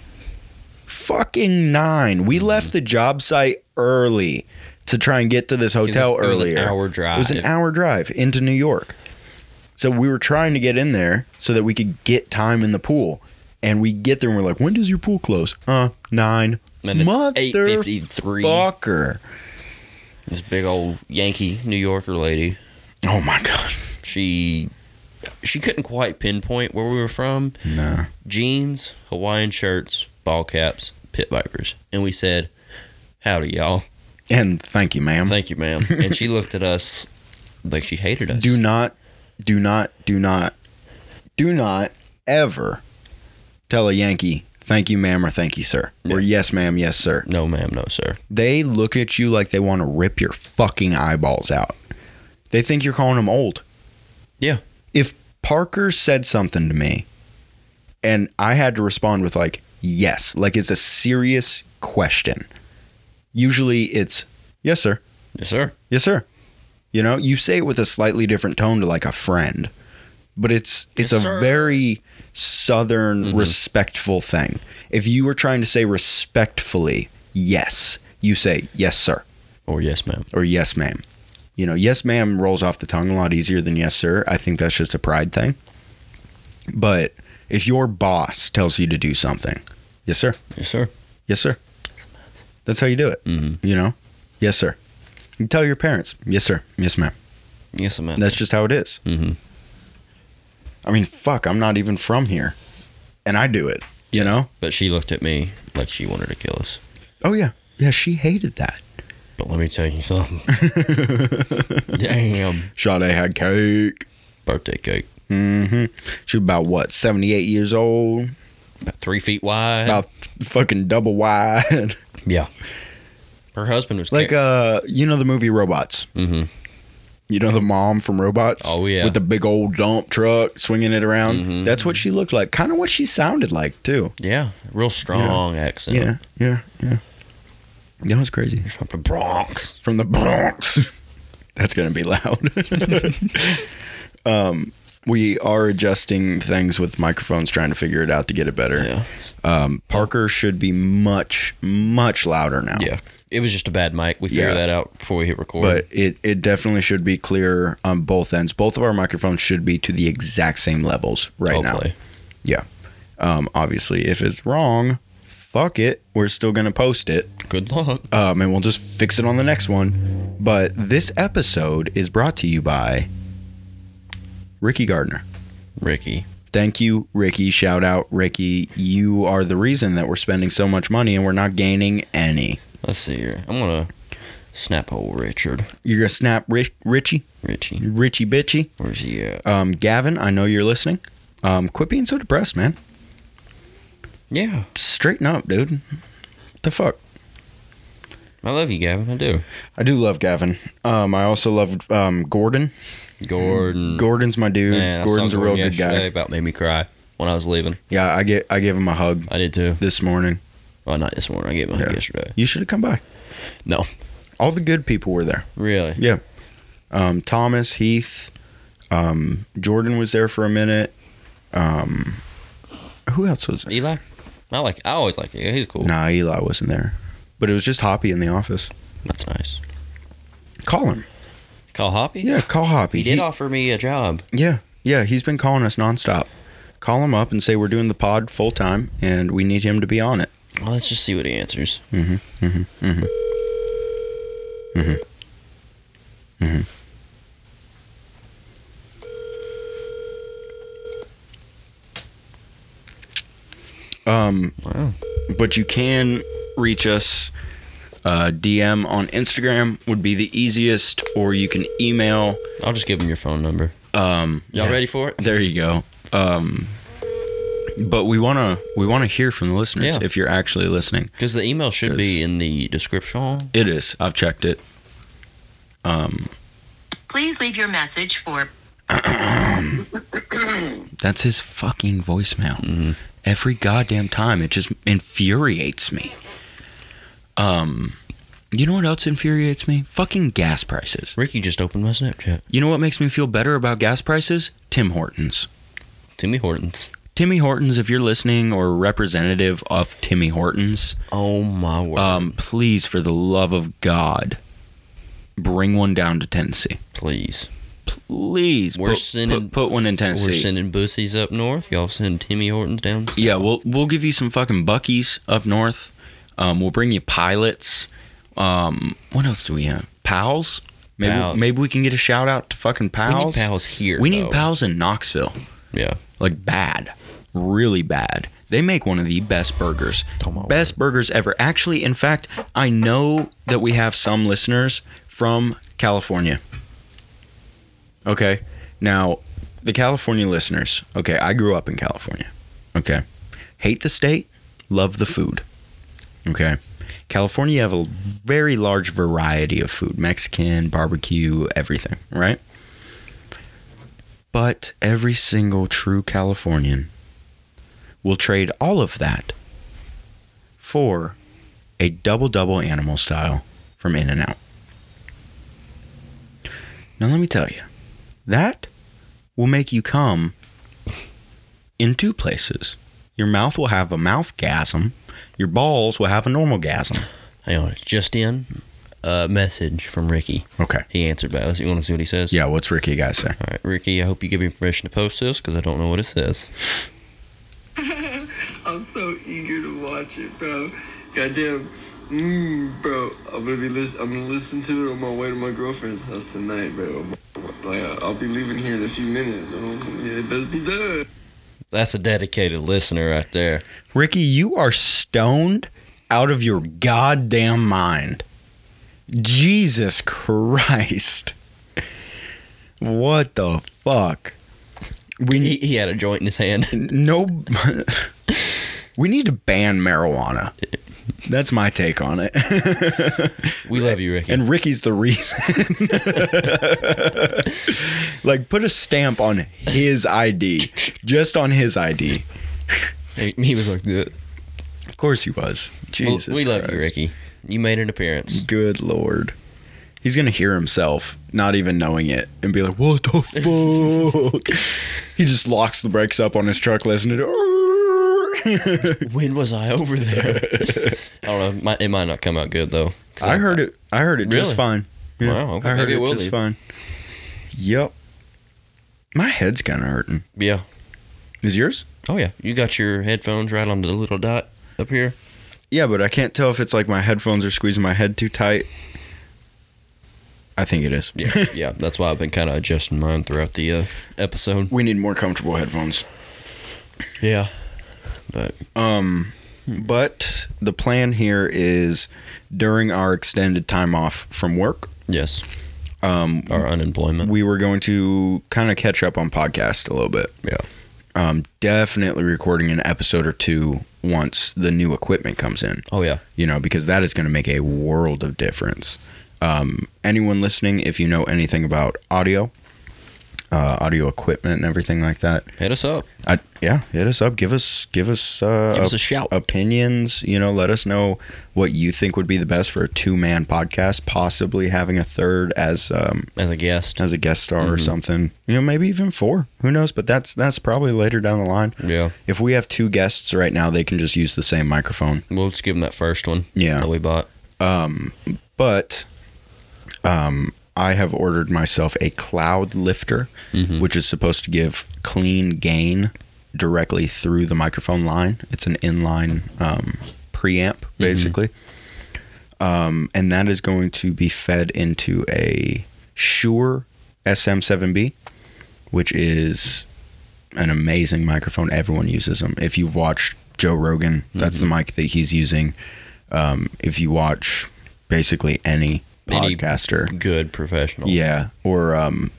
A: Fucking 9.
B: Mm-hmm.
A: We left the job site early to try and get to this hotel
B: it was an
A: earlier.
B: hour
A: It was an
B: drive.
A: hour drive into New York. So we were trying to get in there so that we could get time in the pool. And we get there and we're like, when does your pool close? Huh? Nine.
B: And it's
A: Motherfucker. Oh
B: 8:53. This big old Yankee New Yorker lady.
A: Oh my God.
B: She she couldn't quite pinpoint where we were from.
A: Nah.
B: Jeans, Hawaiian shirts, ball caps, pit vipers. And we said, Howdy y'all.
A: And thank you, ma'am.
B: Thank you, ma'am. and she looked at us like she hated us.
A: do not, do not, do not, do not ever tell a Yankee, thank you, ma'am, or thank you, sir, or yes, ma'am, yes, sir.
B: no, ma'am, no, sir.
A: They look at you like they want to rip your fucking eyeballs out. They think you're calling them old.
B: Yeah.
A: If Parker said something to me and I had to respond with, like, yes, like it's a serious question, usually it's, yes, sir,
B: Yes, sir.
A: Yes, sir. You know, you say it with a slightly different tone to like a friend, but it's it's a
B: Yes, sir.
A: very southern respectful thing. If you were trying to say respectfully, yes, you say yes, sir,
B: Or yes, ma'am.
A: or yes, ma'am. You know, yes, ma'am rolls off the tongue a lot easier than yes, sir. I think that's just a pride thing. But if your boss tells you to do something, yes, sir,
B: Yes, sir.
A: Yes, sir. That's how you do it.
B: Mm-hmm.
A: You know? Yes, sir. You tell your parents. Yes, sir. Yes, ma'am.
B: Yes, ma'am.
A: That's just how it is.
B: Mhm.
A: I mean, fuck, I'm not even from here. And I do it, you know?
B: but she looked at me like she wanted to kill us.
A: Oh, yeah. Yeah, she hated that.
B: But let me tell you something. Damn.
A: Sade had cake.
B: Birthday cake.
A: hmm She was about, what, 78 years old?
B: About three feet wide.
A: About fucking double wide.
B: yeah. Her husband was
A: like, uh, you know the movie Robots?
B: mm-hmm.
A: You know the mom from Robots?
B: Oh, yeah.
A: With the big old dump truck swinging it around. That's what she looked like. Kind of what she sounded like too.
B: Yeah. Real strong accent.
A: Yeah, yeah, yeah. That was crazy.
B: From the Bronx.
A: From the Bronx. That's gonna be loud. um, we are adjusting things with microphones, trying to figure it out to get it better.
B: Yeah.
A: Um, Parker should be much, much louder now.
B: Yeah. It was just a bad mic. We figured
A: Yeah.
B: that out before we hit record.
A: But it, it definitely should be clear on both ends. Both of our microphones should be to the exact same levels right now.
B: Hopefully.
A: Yeah. Um, obviously, if it's wrong, fuck it. We're still going to post it.
B: Good luck.
A: Um, and we'll just fix it on the next one. But this episode is brought to you by Ricky Gardner.
B: Ricky.
A: Thank you, Ricky. Shout out, Ricky. You are the reason that we're spending so much money and we're not gaining any.
B: Let's see here. I'm going to snap old Richard.
A: You're going to snap Rich, Richie,
B: Richie.
A: Richie Bitchy.
B: Where's he at?
A: Um, Gavin, I know you're listening. Um, quit being so depressed, man.
B: Yeah.
A: Straighten up, dude. The fuck?
B: I love you, Gavin. I do.
A: I do love Gavin. Um, I also loved um, Gordon.
B: Gordon.
A: Gordon's my dude.
B: Man, Mm. I saw
A: Gordon's a real
B: Gordon
A: good
B: yesterday,
A: guy.
B: About made me cry when I was leaving.
A: Yeah, I get I gave him a hug
B: I did too.
A: this morning.
B: Well, not this morning. I gave him
A: Yeah.
B: yeah. yesterday.
A: You should have come by.
B: No,
A: All the good people were there.
B: really.
A: Yeah. Um, Thomas, Heath, um, Jordan was there for a minute. Um, who else was there?
B: Eli. I like. I always like. Yeah, he's cool.
A: Nah, Eli wasn't there. But it was just Hoppy in the office.
B: That's nice.
A: Call him.
B: Call Hoppy.
A: Yeah, call Hoppy.
B: He did
A: He-
B: offer me a job.
A: yeah, yeah, he's been calling us nonstop. Call him up and say we're doing the pod full time and we need him to be on it.
B: Well, let's just see what he answers.
A: Um,
B: Wow.
A: but you can reach us uh, dm on instagram would be the easiest or you can email
B: I'll just give him your phone number.
A: um,
B: Y'all
A: yeah,
B: ready for it?
A: there you go um, but we want to we want to hear from the listeners
B: Yeah.
A: if you're actually listening
B: Because the email should be in the description.
A: it is i've checked it
C: Please leave your message for
A: that's his fucking voicemail
B: Mm-hmm.
A: every goddamn time it just infuriates me um you know what else infuriates me fucking gas prices
B: Ricky just opened my Snapchat.
A: You know what makes me feel better about gas prices? Tim Hortons.
B: Timmy Hortons.
A: Timmy Hortons, if you're listening or a representative of Timmy Hortons,
B: Oh my word!
A: um, please, for the love of God, bring one down to Tennessee.
B: Please,
A: Please,
B: We're
A: put,
B: sending-
A: put, put one in
B: we're
A: Tennessee.
B: sending bussies up north. Y'all send Timmy Hortons down.
A: yeah, we'll we'll give you some fucking buckies up north. Um, we'll bring you pilots. Um, what else do we have? Pals. Maybe
B: Pal-
A: maybe we can get a shout out to fucking
B: We need
A: pals.
B: pals here.
A: We need
B: though.
A: pals in Knoxville.
B: Yeah.
A: like bad, really bad. They make one of the best burgers,
B: Oh, my
A: best burgers ever. Actually, in fact, I know that we have some listeners from California. Okay, now the California listeners. Okay, I grew up in California. Okay, hate the state, love the food. Okay. California, you have a very large variety of food Mexican, barbecue, everything, right? But every single true Californian will trade all of that for a double double animal style from In N Out. Now, let me tell you, that will make you come in two places. Your mouth will have a mouth gasm, your balls will have a normal gasm.
B: Hang on. It's just in a message from Ricky.
A: Okay.
B: He answered back. Let's- You want to see what he says?
A: Yeah, what's Ricky guy say?
B: All right, Ricky. I hope you give me permission to post this because I don't know what it says.
D: I'm so eager to watch it, bro. Goddamn, mmm, bro. I'm gonna be listen. I'm gonna listen to it on my way to my girlfriend's house tonight, bro. Like I'll be leaving here in a few minutes. I don't- yeah, it best be done.
B: That's a dedicated listener right there.
A: Ricky, you are stoned out of your goddamn mind. Jesus Christ. What the fuck? We
B: He,
A: need
B: he had a joint in his hand.
A: no We need to ban marijuana. That's my take on it.
B: We love you, Ricky.
A: And Ricky's the reason. like put a stamp on his ID. Just on his ID.
B: he, he was like, "Ugh."
A: Of course he was.
B: Well,
A: Jesus.
B: "We love you,
A: Christ.
B: Ricky. You made an appearance."
A: Good lord. He's gonna hear himself, not even knowing it, and be like, "What the fuck?" he just locks the brakes up on his truck, listening to.
B: When was I over there? I don't know. It might, it might not come out good though. 'Cause
A: I heard it. I heard it just
B: Really?
A: fine.
B: Wow, okay,
A: I heard
B: maybe it
A: it
B: will
A: just
B: be.
A: fine. Yep. My head's kind of hurting.
B: Yeah.
A: Is yours?
B: Oh yeah. You got your headphones right onto the little dot up here.
A: Yeah, but I can't tell if it's like my headphones are squeezing my head too tight. I think it is.
B: Yeah. yeah. That's why I've been kind of adjusting mine throughout the uh, episode.
A: We need more comfortable headphones.
B: Yeah. But
A: Um, but the plan here is during our extended time off from work,
B: yes,
A: um,
B: our unemployment.
A: we were going to kind of catch up on podcast a little bit.
B: Yeah.
A: Um, definitely recording an episode or two once the new equipment comes in
B: Oh yeah.
A: you know, because that is going to make a world of difference. Um, anyone listening, if you know anything about audio, uh, audio equipment and everything like that,
B: Hit us up.
A: I, yeah, hit us up. Give us, give us, uh,
B: Give us a shout.
A: opinions. You know, let us know what you think would be the best for a two man podcast. Possibly having a third as um,
B: As a guest.
A: as a guest star
B: Mm-hmm.
A: or something. You know, maybe even four. Who knows? But that's that's probably later down the line.
B: Yeah.
A: If we have two guests right now, they can just use the same microphone.
B: We'll just give them that first one.
A: Yeah.
B: That we bought.
A: but um, I have ordered myself a cloud lifter, which is supposed to give clean gain directly through the microphone line. It's an inline um, preamp, basically. Um, and that is going to be fed into a Shure SM7B, which is an amazing microphone. Everyone uses them. If you've watched Joe Rogan, that's the
B: Mm-hmm.
A: mic that he's using. Um, if you watch basically any
B: Any-
A: podcaster,
B: Good professional.
A: yeah, or um,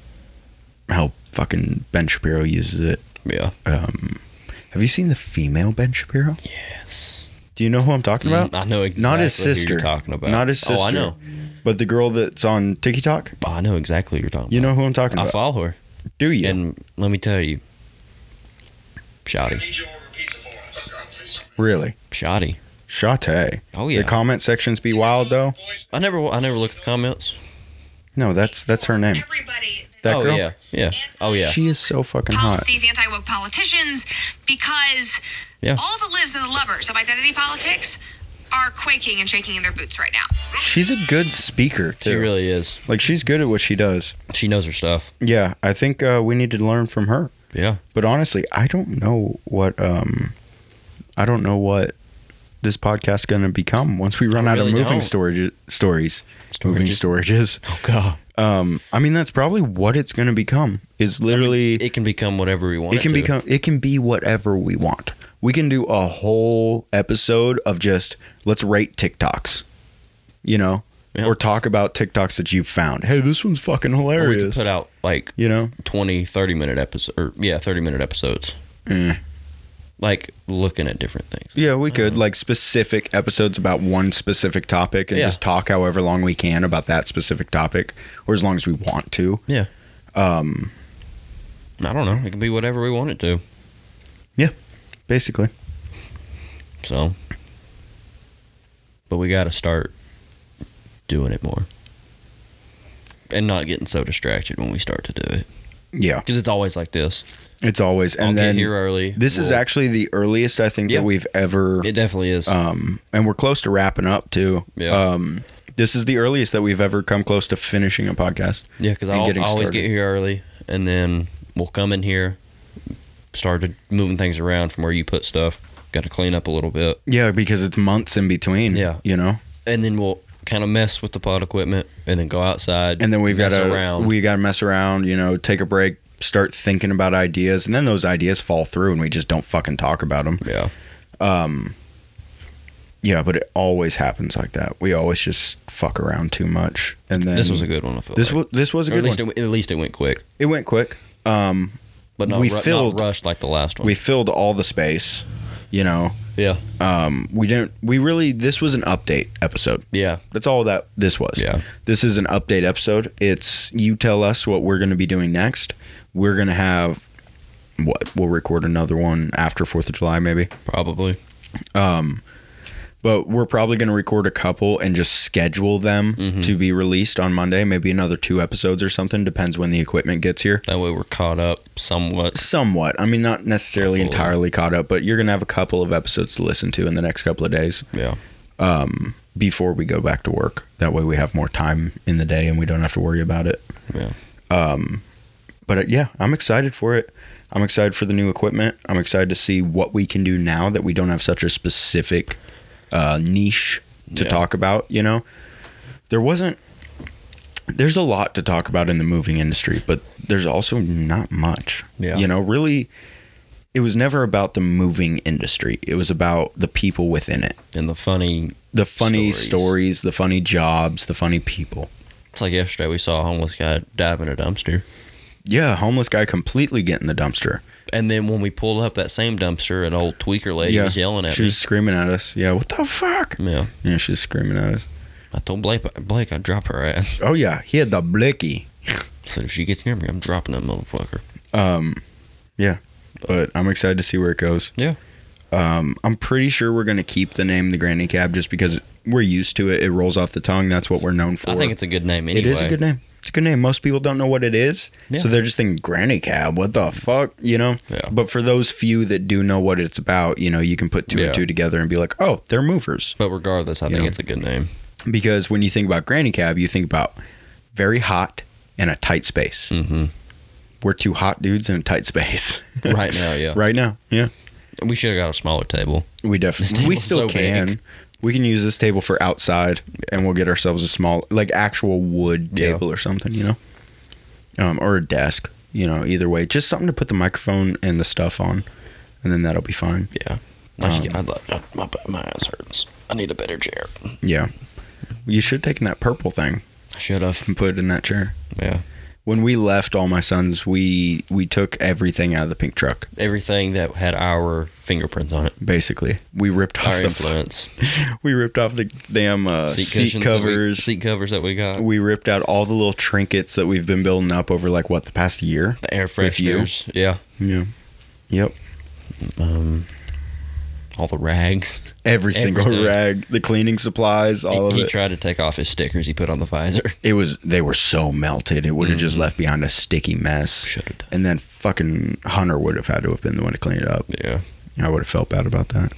A: how fucking Ben Shapiro uses it. um,
B: Yeah.
A: Have you seen the female Ben Shapiro?
B: Yes.
A: Do you know who I'm talking about?
B: I know exactly
A: Not his
B: who you're
A: sister.
B: talking about.
A: Not his sister.
B: Mm, Oh, I know.
A: But the girl that's on TikTok,
B: Oh, I know exactly who you're talking
A: you
B: about.
A: know who I'm talking
B: I
A: about.
B: follow her.
A: Do you?
B: And let me tell you. Shoddy.
E: Need you over pizza for us.
A: really?
B: Shoddy.
A: Shate.
B: Oh yeah.
A: The comment sections be wild though.
B: I never I never look at the comments.
A: No, that's that's her name.
F: Everybody.
A: That
B: oh
A: girl.
B: yeah. Yeah. Oh yeah.
A: She is so fucking hot.
F: Policies, anti woke politicians, because
B: Yeah.
F: all the lives and the lovers of identity politics are quaking and shaking in their boots right now.
A: She's a good speaker too.
B: She really is.
A: like she's good at what she does.
B: She knows her stuff.
A: Yeah, I think uh, we need to learn from her.
B: Yeah.
A: But honestly, I don't know what um, I don't know what this podcast's going to become once we run
B: I
A: out
B: really
A: of moving
B: don't.
A: storage stories, moving storages.
B: Oh god.
A: Um, I mean that's probably what it's going to become. Is literally
B: It can become whatever we want.
A: it can
B: to.
A: become it can be whatever we want. We can do a whole episode of just let's rate TikToks, you know,
B: Yeah.
A: or talk about TikToks that you've found. Hey, this one's fucking
B: Or we could
A: hilarious.
B: put out like
A: you know,
B: 20 30 minute episode or yeah 30 minute episodes like looking at different things
A: yeah, we could like specific episodes about one specific topic and
B: Yeah.
A: just talk however long we can about that specific topic, or as long as we want to.
B: yeah um i don't know it can be whatever we want it to
A: Yeah, basically.
B: so but we got to start doing it more and not getting so distracted when we start to do it
A: Yeah,
B: because it's always like this
A: it's always and
B: i'll
A: then
B: get here early
A: this is
B: We'll-
A: actually the earliest I think
B: Yeah.
A: that we've ever
B: it definitely is
A: um, and we're close to wrapping up too.
B: Yeah.
A: Um, this is the earliest that we've ever come close to finishing a podcast.
B: Yeah, because I
A: and
B: al-
A: getting
B: I always
A: started.
B: get here early, and then we'll come in here, started moving things around from where you put stuff. Got to clean up a little bit,
A: Yeah, because it's months in between.
B: Yeah.
A: you know,
B: and then we'll kind of mess with the pod equipment, and then go outside.
A: and then we've got
B: mess
A: to
B: around.
A: we got to mess around. You know, take a break, start thinking about ideas, and then those ideas fall through, and we just don't fucking talk about them.
B: yeah,
A: Yeah, but it always happens like that. We always just fuck around too much, and then
B: this was a good one. I feel
A: This was
B: like.
A: this was a
B: Or at
A: good one.
B: least It, at least it went quick,
A: it went quick. Um,
B: but not,
A: We
B: ru- not
A: filled-
B: rushed like the last one.
A: we filled all the space. You know, Um,
B: yeah,
A: we didn't. We really. This was an update episode.
B: yeah,
A: That's all that this was.
B: Yeah.
A: This is an update episode. It's you tell us what we're going to be doing next. We're going to have what we'll record another one after 4th of July maybe.
B: probably.
A: But we're probably going to record a couple and just schedule them to be released on Monday, maybe another two episodes or something depends when the equipment gets here.
B: That way we're caught up somewhat.
A: Somewhat. I mean not necessarily
B: Hopefully.
A: entirely caught up, but you're going to have a couple of episodes to listen to in the next couple of days Um,
B: Yeah,
A: before we go back to work. That way we have more time in the day and we don't have to worry about it.
B: yeah.
A: but uh, yeah, I'm excited for it. I'm excited for the new equipment. I'm excited to see what we can do now that we don't have such a specific uh, niche to
B: Yeah.
A: talk about. You know, there wasn't. There's a lot to talk about in the moving industry, but there's also not much.
B: Yeah.
A: You know, really, it was never about the moving industry. It was about the people within it,
B: And the funny.
A: the funny
B: Stories.
A: stories the funny jobs, the funny people.
B: It's like yesterday we saw a homeless guy dive in a dumpster.
A: Yeah, homeless guy completely getting the dumpster.
B: And then when we pulled up that same dumpster, an old tweaker lady was yelling at
A: She
B: me.
A: was screaming at us. Yeah, what the fuck?
B: yeah,
A: Yeah, she was screaming at us.
B: I told Blake, Blake, I'd drop her ass.
A: Oh yeah, he had the blicky.
B: I said if she gets near me, I'm dropping that motherfucker.
A: Um, yeah, but I'm excited to see where it goes.
B: Yeah.
A: Um, I'm pretty sure we're gonna keep the name the Granny Cab just because we're used to it. It rolls off the tongue. That's what we're known for.
B: I think it's a good name
A: It
B: anyway.
A: is a good name. It's a good name. Most people don't know what it is,
B: Yeah.
A: so they're just thinking Granny Cab. What the fuck, you know?
B: Yeah.
A: But for those few that do know what it's about, you know, you can put two
B: Yeah.
A: and two together and be like, oh, they're movers.
B: But regardless, I think
A: Yeah.
B: it's a good name.
A: Because when you think about Granny Cab, you think about very hot and a tight space.
B: Mm-hmm.
A: We're two hot dudes in a tight space
B: Right now, yeah.
A: right now. Yeah,
B: We should have got a smaller table.
A: we definitely
B: This
A: we
B: table's
A: still
B: so
A: can.
B: big.
A: We can use this table for outside, and we'll get ourselves a small, like actual wood
B: Yeah.
A: table or something, you know, um, or a desk. You know, either way, just something to put the microphone and the stuff on, and then that'll be fine.
B: Yeah. I
A: Um,
B: should get, I'd like, uh, my, my ass hurts. I need a better chair.
A: Yeah, you should have taken that purple thing
B: I should have.
A: and put it in that chair.
B: Yeah.
A: When we left, all my sons, we we took everything out of the pink truck.
B: Everything that had our fingerprints on it,
A: Basically, we ripped off
B: our
A: the
B: influence,
A: we ripped off the damn uh, seat,
B: cushions that we-
A: covers.
B: seat covers that we got,
A: we ripped out all the little trinkets that we've been building up over like what the past year.
B: the air
A: With you.
B: fresheners. Yeah.
A: Yeah. Yep.
B: Um, all the rags.
A: Every single
B: Everything.
A: rag, the cleaning supplies, all
B: he
A: of
B: he
A: it.
B: tried to take off his stickers he put on the visor.
A: it was they were so melted. It would have just left behind a sticky mess.
B: Should've done.
A: And then fucking Hunter would have had to have been the one to clean it up.
B: Yeah.
A: I would have felt bad about that.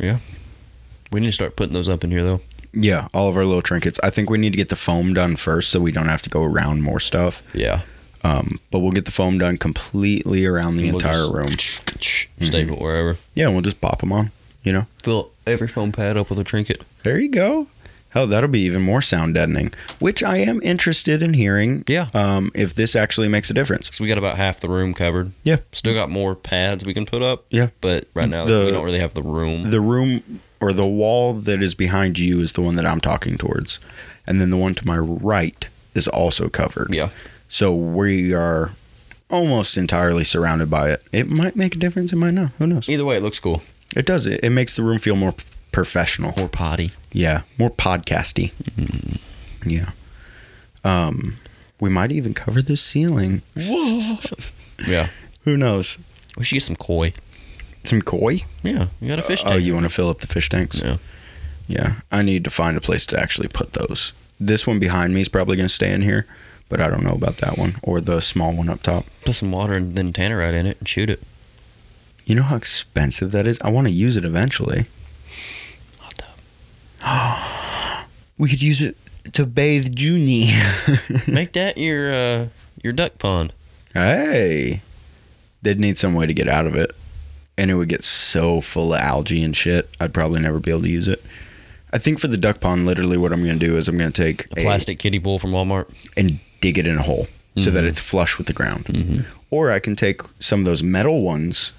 B: We need to start putting those up in here, though.
A: Yeah, all of our little trinkets. I think we need to get the foam done first so we don't have to go around more stuff.
B: Yeah.
A: Um, but we'll get the foam done completely around the
B: We'll
A: entire
B: just-
A: room. Mm-hmm.
B: Staple wherever.
A: Yeah, we'll just bop them on, you know?
B: Fill every foam pad up with a trinket.
A: There you go. Hell, that'll be even more sound deadening, which I am interested in hearing.
B: Yeah.
A: Um, if this actually makes a difference.
B: So we got about half the room covered.
A: Yeah.
B: Still got more pads we can put up.
A: Yeah.
B: But right now
A: The-
B: we don't really have the room.
A: The room or the wall that is behind you is the one that I'm talking towards, and then the one to my right is also covered.
B: yeah.
A: So we are almost entirely surrounded by it. It might make a difference. It might not. Who knows?
B: Either way, it looks cool.
A: It does. It, it makes the room feel more p- professional.
B: More potty.
A: Yeah, more podcasty.
B: Mm-hmm.
A: Yeah. Um, we might even cover the ceiling.
B: Yeah.
A: Who knows?
B: We should get some koi.
A: Some koi?
B: Yeah. We got a fish tank.
A: Oh, you want to fill up the fish tanks?
B: Yeah.
A: Yeah. I need to find a place to actually put those. This one behind me is probably going to stay in here, but I don't know about that one or the small one up top.
B: Put some water and then tannerite in it and shoot it.
A: You know how expensive that is? I want to use it eventually.
B: Hot tub.
A: We could use it to bathe Junie.
B: Make that your uh your duck pond.
A: hey. They'd need some way to get out of it. And it would get so full of algae and shit. I'd probably never be able to use it. I think for the duck pond, literally what I'm going to do is I'm going to take
B: A plastic kiddie pool from Walmart.
A: and dig it in a hole so
B: Mm-hmm.
A: that it's flush with the ground. Or I can take some of those metal ones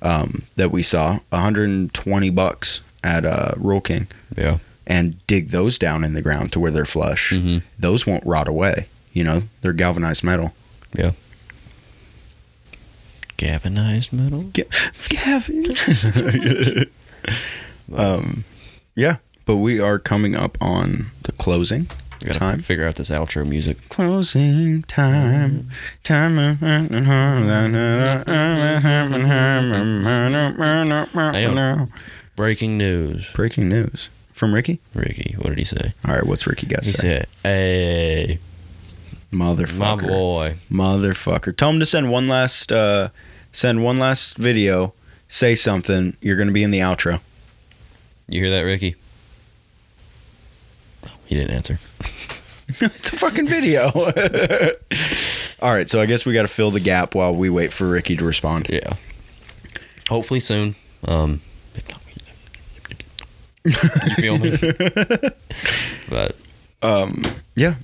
A: um, that we saw, 120 bucks at uh, Roll King,
B: Yeah.
A: and dig those down in the ground to where they're flush.
B: Mhm.
A: Those won't rot away. You know, they're galvanized metal.
B: Galvanized metal.
A: Gavin. um, yeah, but we are coming up on the closing.
B: We gotta
A: Time.
B: figure out this outro music.
A: Closing
B: Mm-hmm.
A: time. Time.
B: Uh, Breaking news.
A: Breaking news from Ricky.
B: Ricky, what did he say?
A: All right, what's Ricky got to
B: He
A: say?
B: said, Hey my
A: Motherfucker.
B: boy.
A: Motherfucker. Tell him to send one last. Uh, send one last video. Say something. You're gonna be in the outro.
B: You hear that, Ricky? He didn't answer.
A: It's a fucking video. All right, so I guess we got to fill the gap while we wait for Ricky to respond.
B: Yeah. Hopefully soon. Um, you feel me? but
A: Yeah,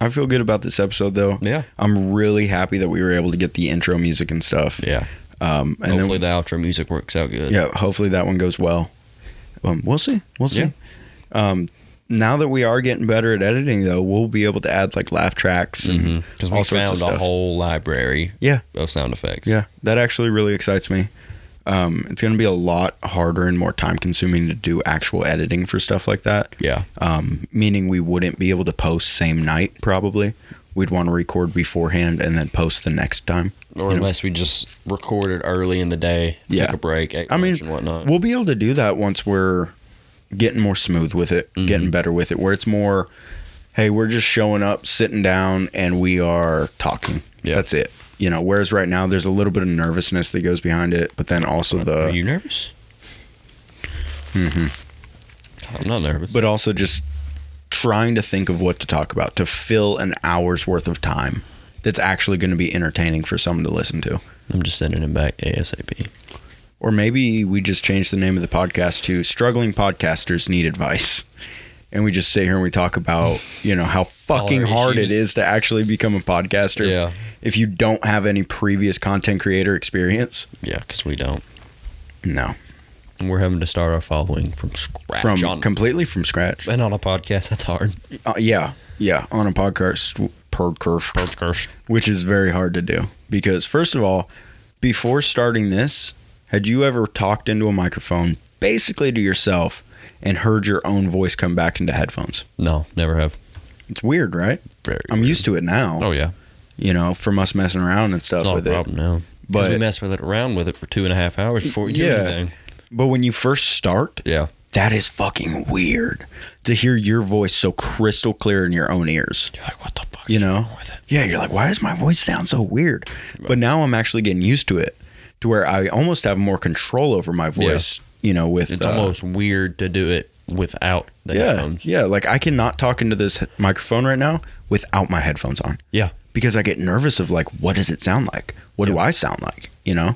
A: I feel good about this episode though.
B: yeah,
A: I'm really happy that we were able to get the intro music and stuff.
B: yeah.
A: Um, and
B: Hopefully the outro music works out good.
A: then, yeah, hopefully that one goes well. Um, we'll see. We'll see.
B: Yeah.
A: Um, now that we are getting better at editing, though, we'll be able to add like laugh tracks and
B: Because Mm-hmm. we
A: all sorts of
B: found
A: stuff.
B: a whole library
A: yeah,
B: of sound effects.
A: yeah, that actually really excites me. Um, it's going to be a lot harder and more time consuming to do actual editing for stuff like that.
B: Yeah.
A: Um, meaning we wouldn't be able to post same night probably. We'd want to record beforehand and then post the next time.
B: Or unless we just recorded early in the day,
A: Yeah.
B: took a break, ate
A: I mean,
B: lunch and whatnot.
A: we'll be able to do that once we're getting more smooth with it,
B: Mm-hmm.
A: getting better with it, where it's more, hey, we're just showing up, sitting down, and we are talking.
B: Yeah.
A: That's it. You know, whereas right now there's a little bit of nervousness that goes behind it, but then also
B: Are
A: the,
B: you nervous? Mm-hmm. I'm not nervous.
A: but also just trying to think of what to talk about to fill an hour's worth of time that's actually going to be entertaining for someone to listen to.
B: I'm just sending him back ASAP.
A: Or maybe we just change the name of the podcast to Struggling Podcasters Need Advice. And we just sit here and we talk about, you know, how fucking
B: our
A: hard it
B: issues.
A: is to actually become a podcaster.
B: Yeah.
A: If you don't have any previous content creator experience.
B: Yeah, because we don't.
A: No.
B: And we're having to start our following from scratch.
A: From
B: on,
A: completely from scratch.
B: and on a podcast, that's hard.
A: Uh, yeah. Yeah. On a podcast, podcast. which is very hard to do because first of all before starting this had you ever talked into a microphone basically to yourself and heard your own voice come back into headphones
B: No, never have.
A: it's weird right
B: Very.
A: i'm used to it now
B: Oh yeah,
A: you know from us messing around and stuff
B: not a
A: with it
B: problem now. 'Cause
A: But-
B: we messed with it around with it for two and a half hours before we do
A: Yeah.
B: anything.
A: but when you first start
B: Yeah,
A: that is fucking weird to hear your voice so crystal clear in your own ears
B: you're like, what the fuck?
A: you
B: is
A: know
B: wrong with it?
A: yeah you're like why does my voice sound so weird but now i'm actually getting used to it to where i almost have more control over my voice you know with
B: It's
A: uh,
B: almost weird to do it without the
A: yeah
B: headphones.
A: yeah like i cannot talk into this he- microphone right now without my headphones on
B: Yeah,
A: because i get nervous of like what does it sound like what do i sound like you know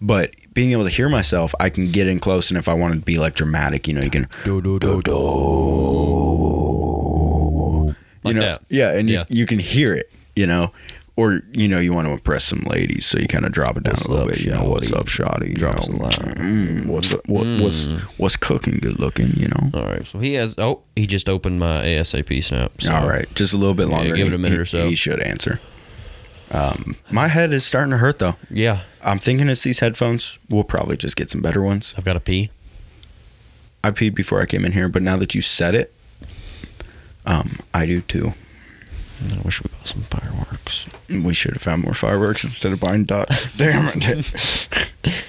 A: but being able to hear myself i can get in close and if i want to be like dramatic you know you can
B: like
A: you know,
B: that.
A: Yeah, and
B: Yeah.
A: You, you can hear it, you know. Or you know you want to impress some ladies, so you kind of drop it down
B: What's
A: a little
B: up,
A: bit. You know what's
B: shawty?
A: up, shawty? You
B: Drop
A: know,
B: some line.
A: mm, what's up, what, what's what's cooking? Good looking, you know.
B: All right, so he has. Oh, he just opened my ASAP snap. So
A: All right, just a little bit longer.
B: give it
A: He-
B: a minute or
A: he-
B: so.
A: He should answer. Um, my head is starting to hurt though.
B: Yeah,
A: I'm thinking it's these headphones. We'll probably just get some better ones.
B: I've got to pee.
A: I peed before I came in here, but now that you said it, um, I do too.
B: I wish we bought some fireworks.
A: We should have found more fireworks instead of buying ducks. Damn it.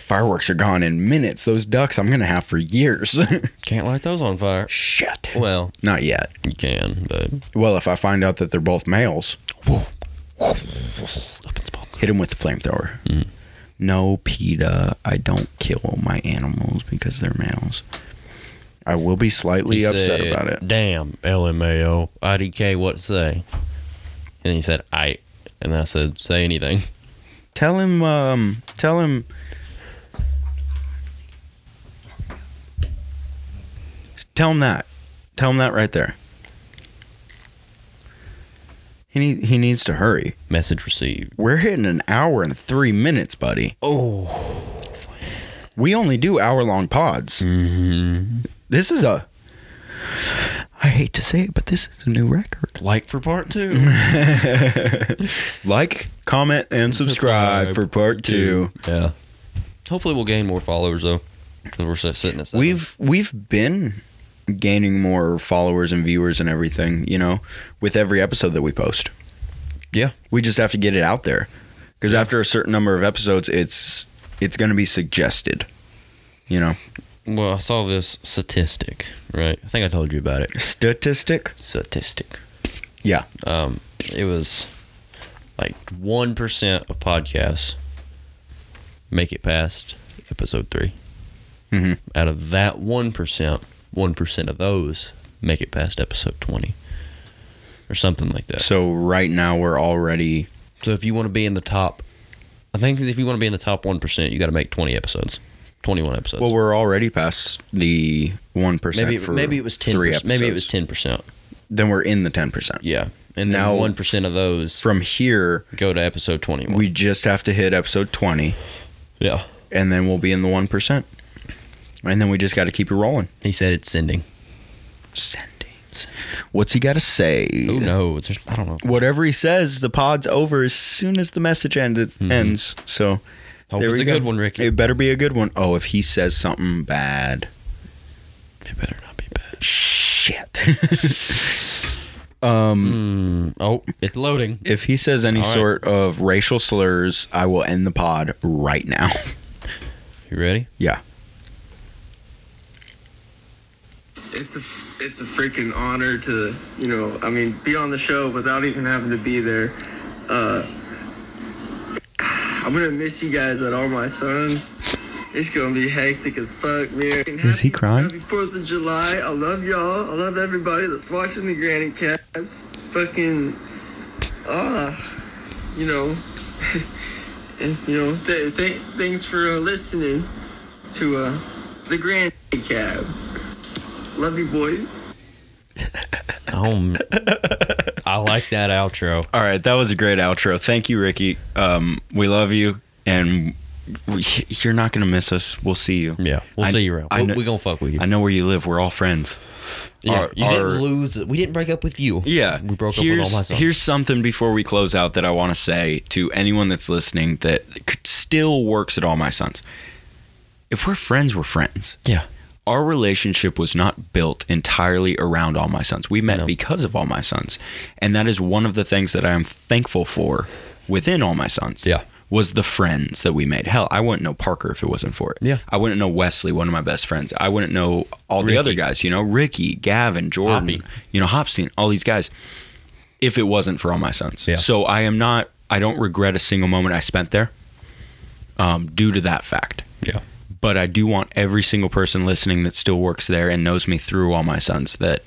A: fireworks are gone in minutes. Those ducks I'm going to have for years.
B: Can't light those on fire.
A: Shit.
B: Well,
A: Not yet.
B: you can, but
A: Well, if I find out that they're both males,
B: up in smoke.
A: hit him with the flamethrower. No, PETA, I don't kill my animals because they're males. I will be slightly upset
B: said,
A: about it.
B: Damn, LMAO, IDK, what say? And he said, I. And I said, say anything.
A: Tell him, um, tell him. Tell him that. Tell him that right there. He need, he needs to hurry.
B: Message received.
A: We're hitting an hour and three minutes, buddy. Oh. We only do hour long pods. Mm-hmm. This is a. I hate to say it, but this is a new record.
B: Like for part two.
A: Like, comment, and subscribe for part two.
B: yeah. Hopefully, we'll gain more followers, though. Because we're sit- sitting at seven.
A: we've we've been gaining more followers and viewers and everything you know with every episode that we post
B: Yeah.
A: we just have to get it out there because after a certain number of episodes it's it's going to be suggested you know
B: Well, I saw this statistic, right? I think I told you about it.
A: statistic
B: Statistic.
A: yeah
B: Um, it was like 1% of podcasts make it past episode 3.
A: Mhm.
B: Out of that 1%, 1% of those make it past episode 20 or something like that.
A: so right now we're already
B: So if you want to be in the top, I think if you want to be in the top 1%, you got to make 20 episodes, 21 episodes.
A: well we're already past the 1%
B: maybe,
A: for
B: maybe it was 10%.
A: three episodes.
B: Maybe it was 10%.
A: then we're in the 10%
B: Yeah. And
A: Now-
B: now 1% of those
A: from here
B: go to episode 21.
A: we just have to hit episode 20
B: yeah.
A: and then we'll be in the 1% and then we just got to keep it rolling
B: He said it's sending.
A: sending. What's he got to say?
B: Who knows? There's- I don't know.
A: Whatever he says, the pod's over as soon as the message end- ends. So
B: Mm-hmm. Hope
A: there
B: it's
A: we
B: a
A: go.
B: good one, Ricky.
A: It better be a good one. Oh, if he says something bad,
B: It better not be bad.
A: shit.
B: Oh, it's loading.
A: if he says any
B: All right.
A: sort of racial slurs, I will end the pod right now.
B: You ready?
A: yeah.
D: It's a f- it's a freaking honor to you know I mean be on the show without even having to be there. Uh, I'm gonna miss you guys at all my sons. It's gonna be hectic as fuck, man.
A: Is he crying?
D: Happy Fourth of July. I love y'all. I love everybody that's watching the Granny Cats. Fucking ah, you know, and you know, th- th- thanks for uh, listening to uh, the Granny Cab. Love you, boys.
B: Um, I like that outro.
A: All right, that was a great outro. Thank you, Ricky. Um, we love you, and we, you're not gonna miss us. We'll see you.
B: Yeah, we'll
A: I-
B: see you around.
A: I
B: We're
A: know-
B: gonna fuck with you.
A: I know where you live. We're all friends.
B: yeah,
A: our-
B: you didn't
A: our-
B: lose. We didn't break up with you.
A: Yeah.
B: we broke up
A: here's,
B: with all my sons.
A: Here's something before we close out that I want to say to anyone that's listening that c- still works at All My Sons. If we're friends, we're friends.
B: yeah,
A: Our relationship was not built entirely around All My Sons. We met
B: No.
A: because of All My Sons. And that is one of the things that I am thankful for within All My Sons.
B: Yeah.
A: Was the friends that we made. Hell, I wouldn't know Parker if it wasn't for it.
B: Yeah.
A: I wouldn't know Wesley, one of my best friends. I wouldn't know all the
B: Ricky.
A: other guys, you know, Ricky, Gavin, Jordan,
B: Hoppy.
A: you know, Hopstein, all these guys if it wasn't for all my sons.
B: Yeah.
A: So I am not. I don't regret a single moment I spent there, um, due to that fact.
B: yeah.
A: But I do want every single person listening that still works there and knows me through all my sons that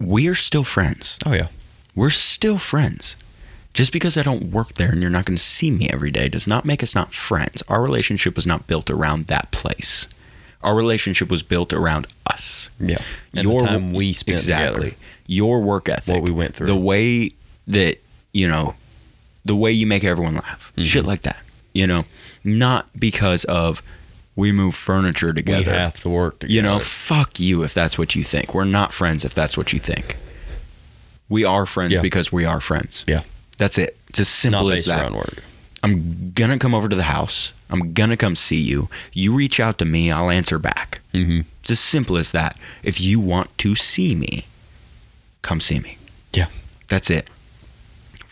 A: we are still friends.
B: Oh yeah.
A: We're still friends. Just because I don't work there and you're not going to see me every day does not make us not friends. Our relationship was not built around that place. Our relationship was built around us
B: Yeah. And the time we spent
A: exactly
B: together.
A: your work ethic,
B: What we went through.
A: the way that you know, the way you make everyone laugh,
B: Mm-hmm.
A: shit like that. You know, not because of we move furniture
B: We
A: together.
B: have to work together.
A: you know, fuck you if that's what you think. We're not friends if that's what you think. We are friends
B: Yeah.
A: because we are friends.
B: Yeah.
A: That's it. It's as
B: it's not
A: simple as
B: based
A: that.
B: around work.
A: I'm gonna come over to the house. I'm gonna come see you. You reach out to me, I'll answer back.
B: Mm-hmm.
A: It's as simple as that. If you want to see me, come see me.
B: Yeah.
A: That's it.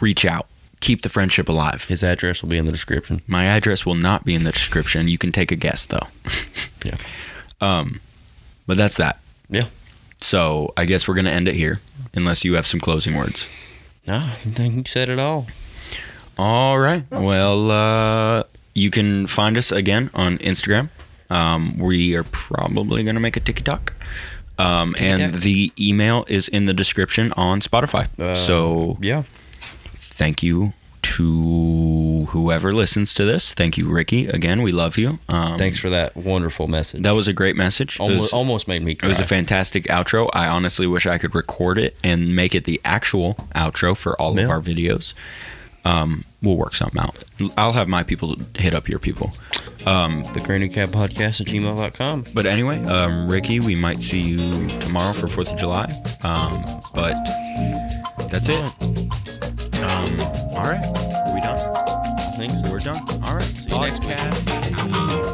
A: Reach out. Keep the friendship alive.
B: His address will be in the description.
A: My address will not be in the description. You can take a guess though.
B: Yeah.
A: Um, but that's that.
B: Yeah.
A: So I guess we're gonna end it here, unless you have some closing words.
B: No, I think Ah, you said it all.
A: All right. Well, uh, you can find us again on Instagram. Um, we are probably going to make a TikTok. Um, and
B: TikTok.
A: the email is in the description on Spotify.
B: Uh,
A: so
B: Yeah.
A: thank you to whoever listens to this. Thank you, Ricky. Again, we love you. Um,
B: Thanks for that wonderful message.
A: That was a great message. It
B: almost,
A: was-
B: almost made me
A: it
B: cry.
A: was a fantastic outro. I honestly wish I could record it and make it the actual outro for all
B: Yeah.
A: of our videos. Um, we'll work something out. I'll have my people hit up your people.
B: the Granny Cab Podcast at gmail.com.
A: But anyway, um, Ricky, we might see you tomorrow for 4th of July. Um, but that's it. Um, all right. Are we done?
B: Thanks.
A: We're done. All right.
B: you next week.
A: Podcast.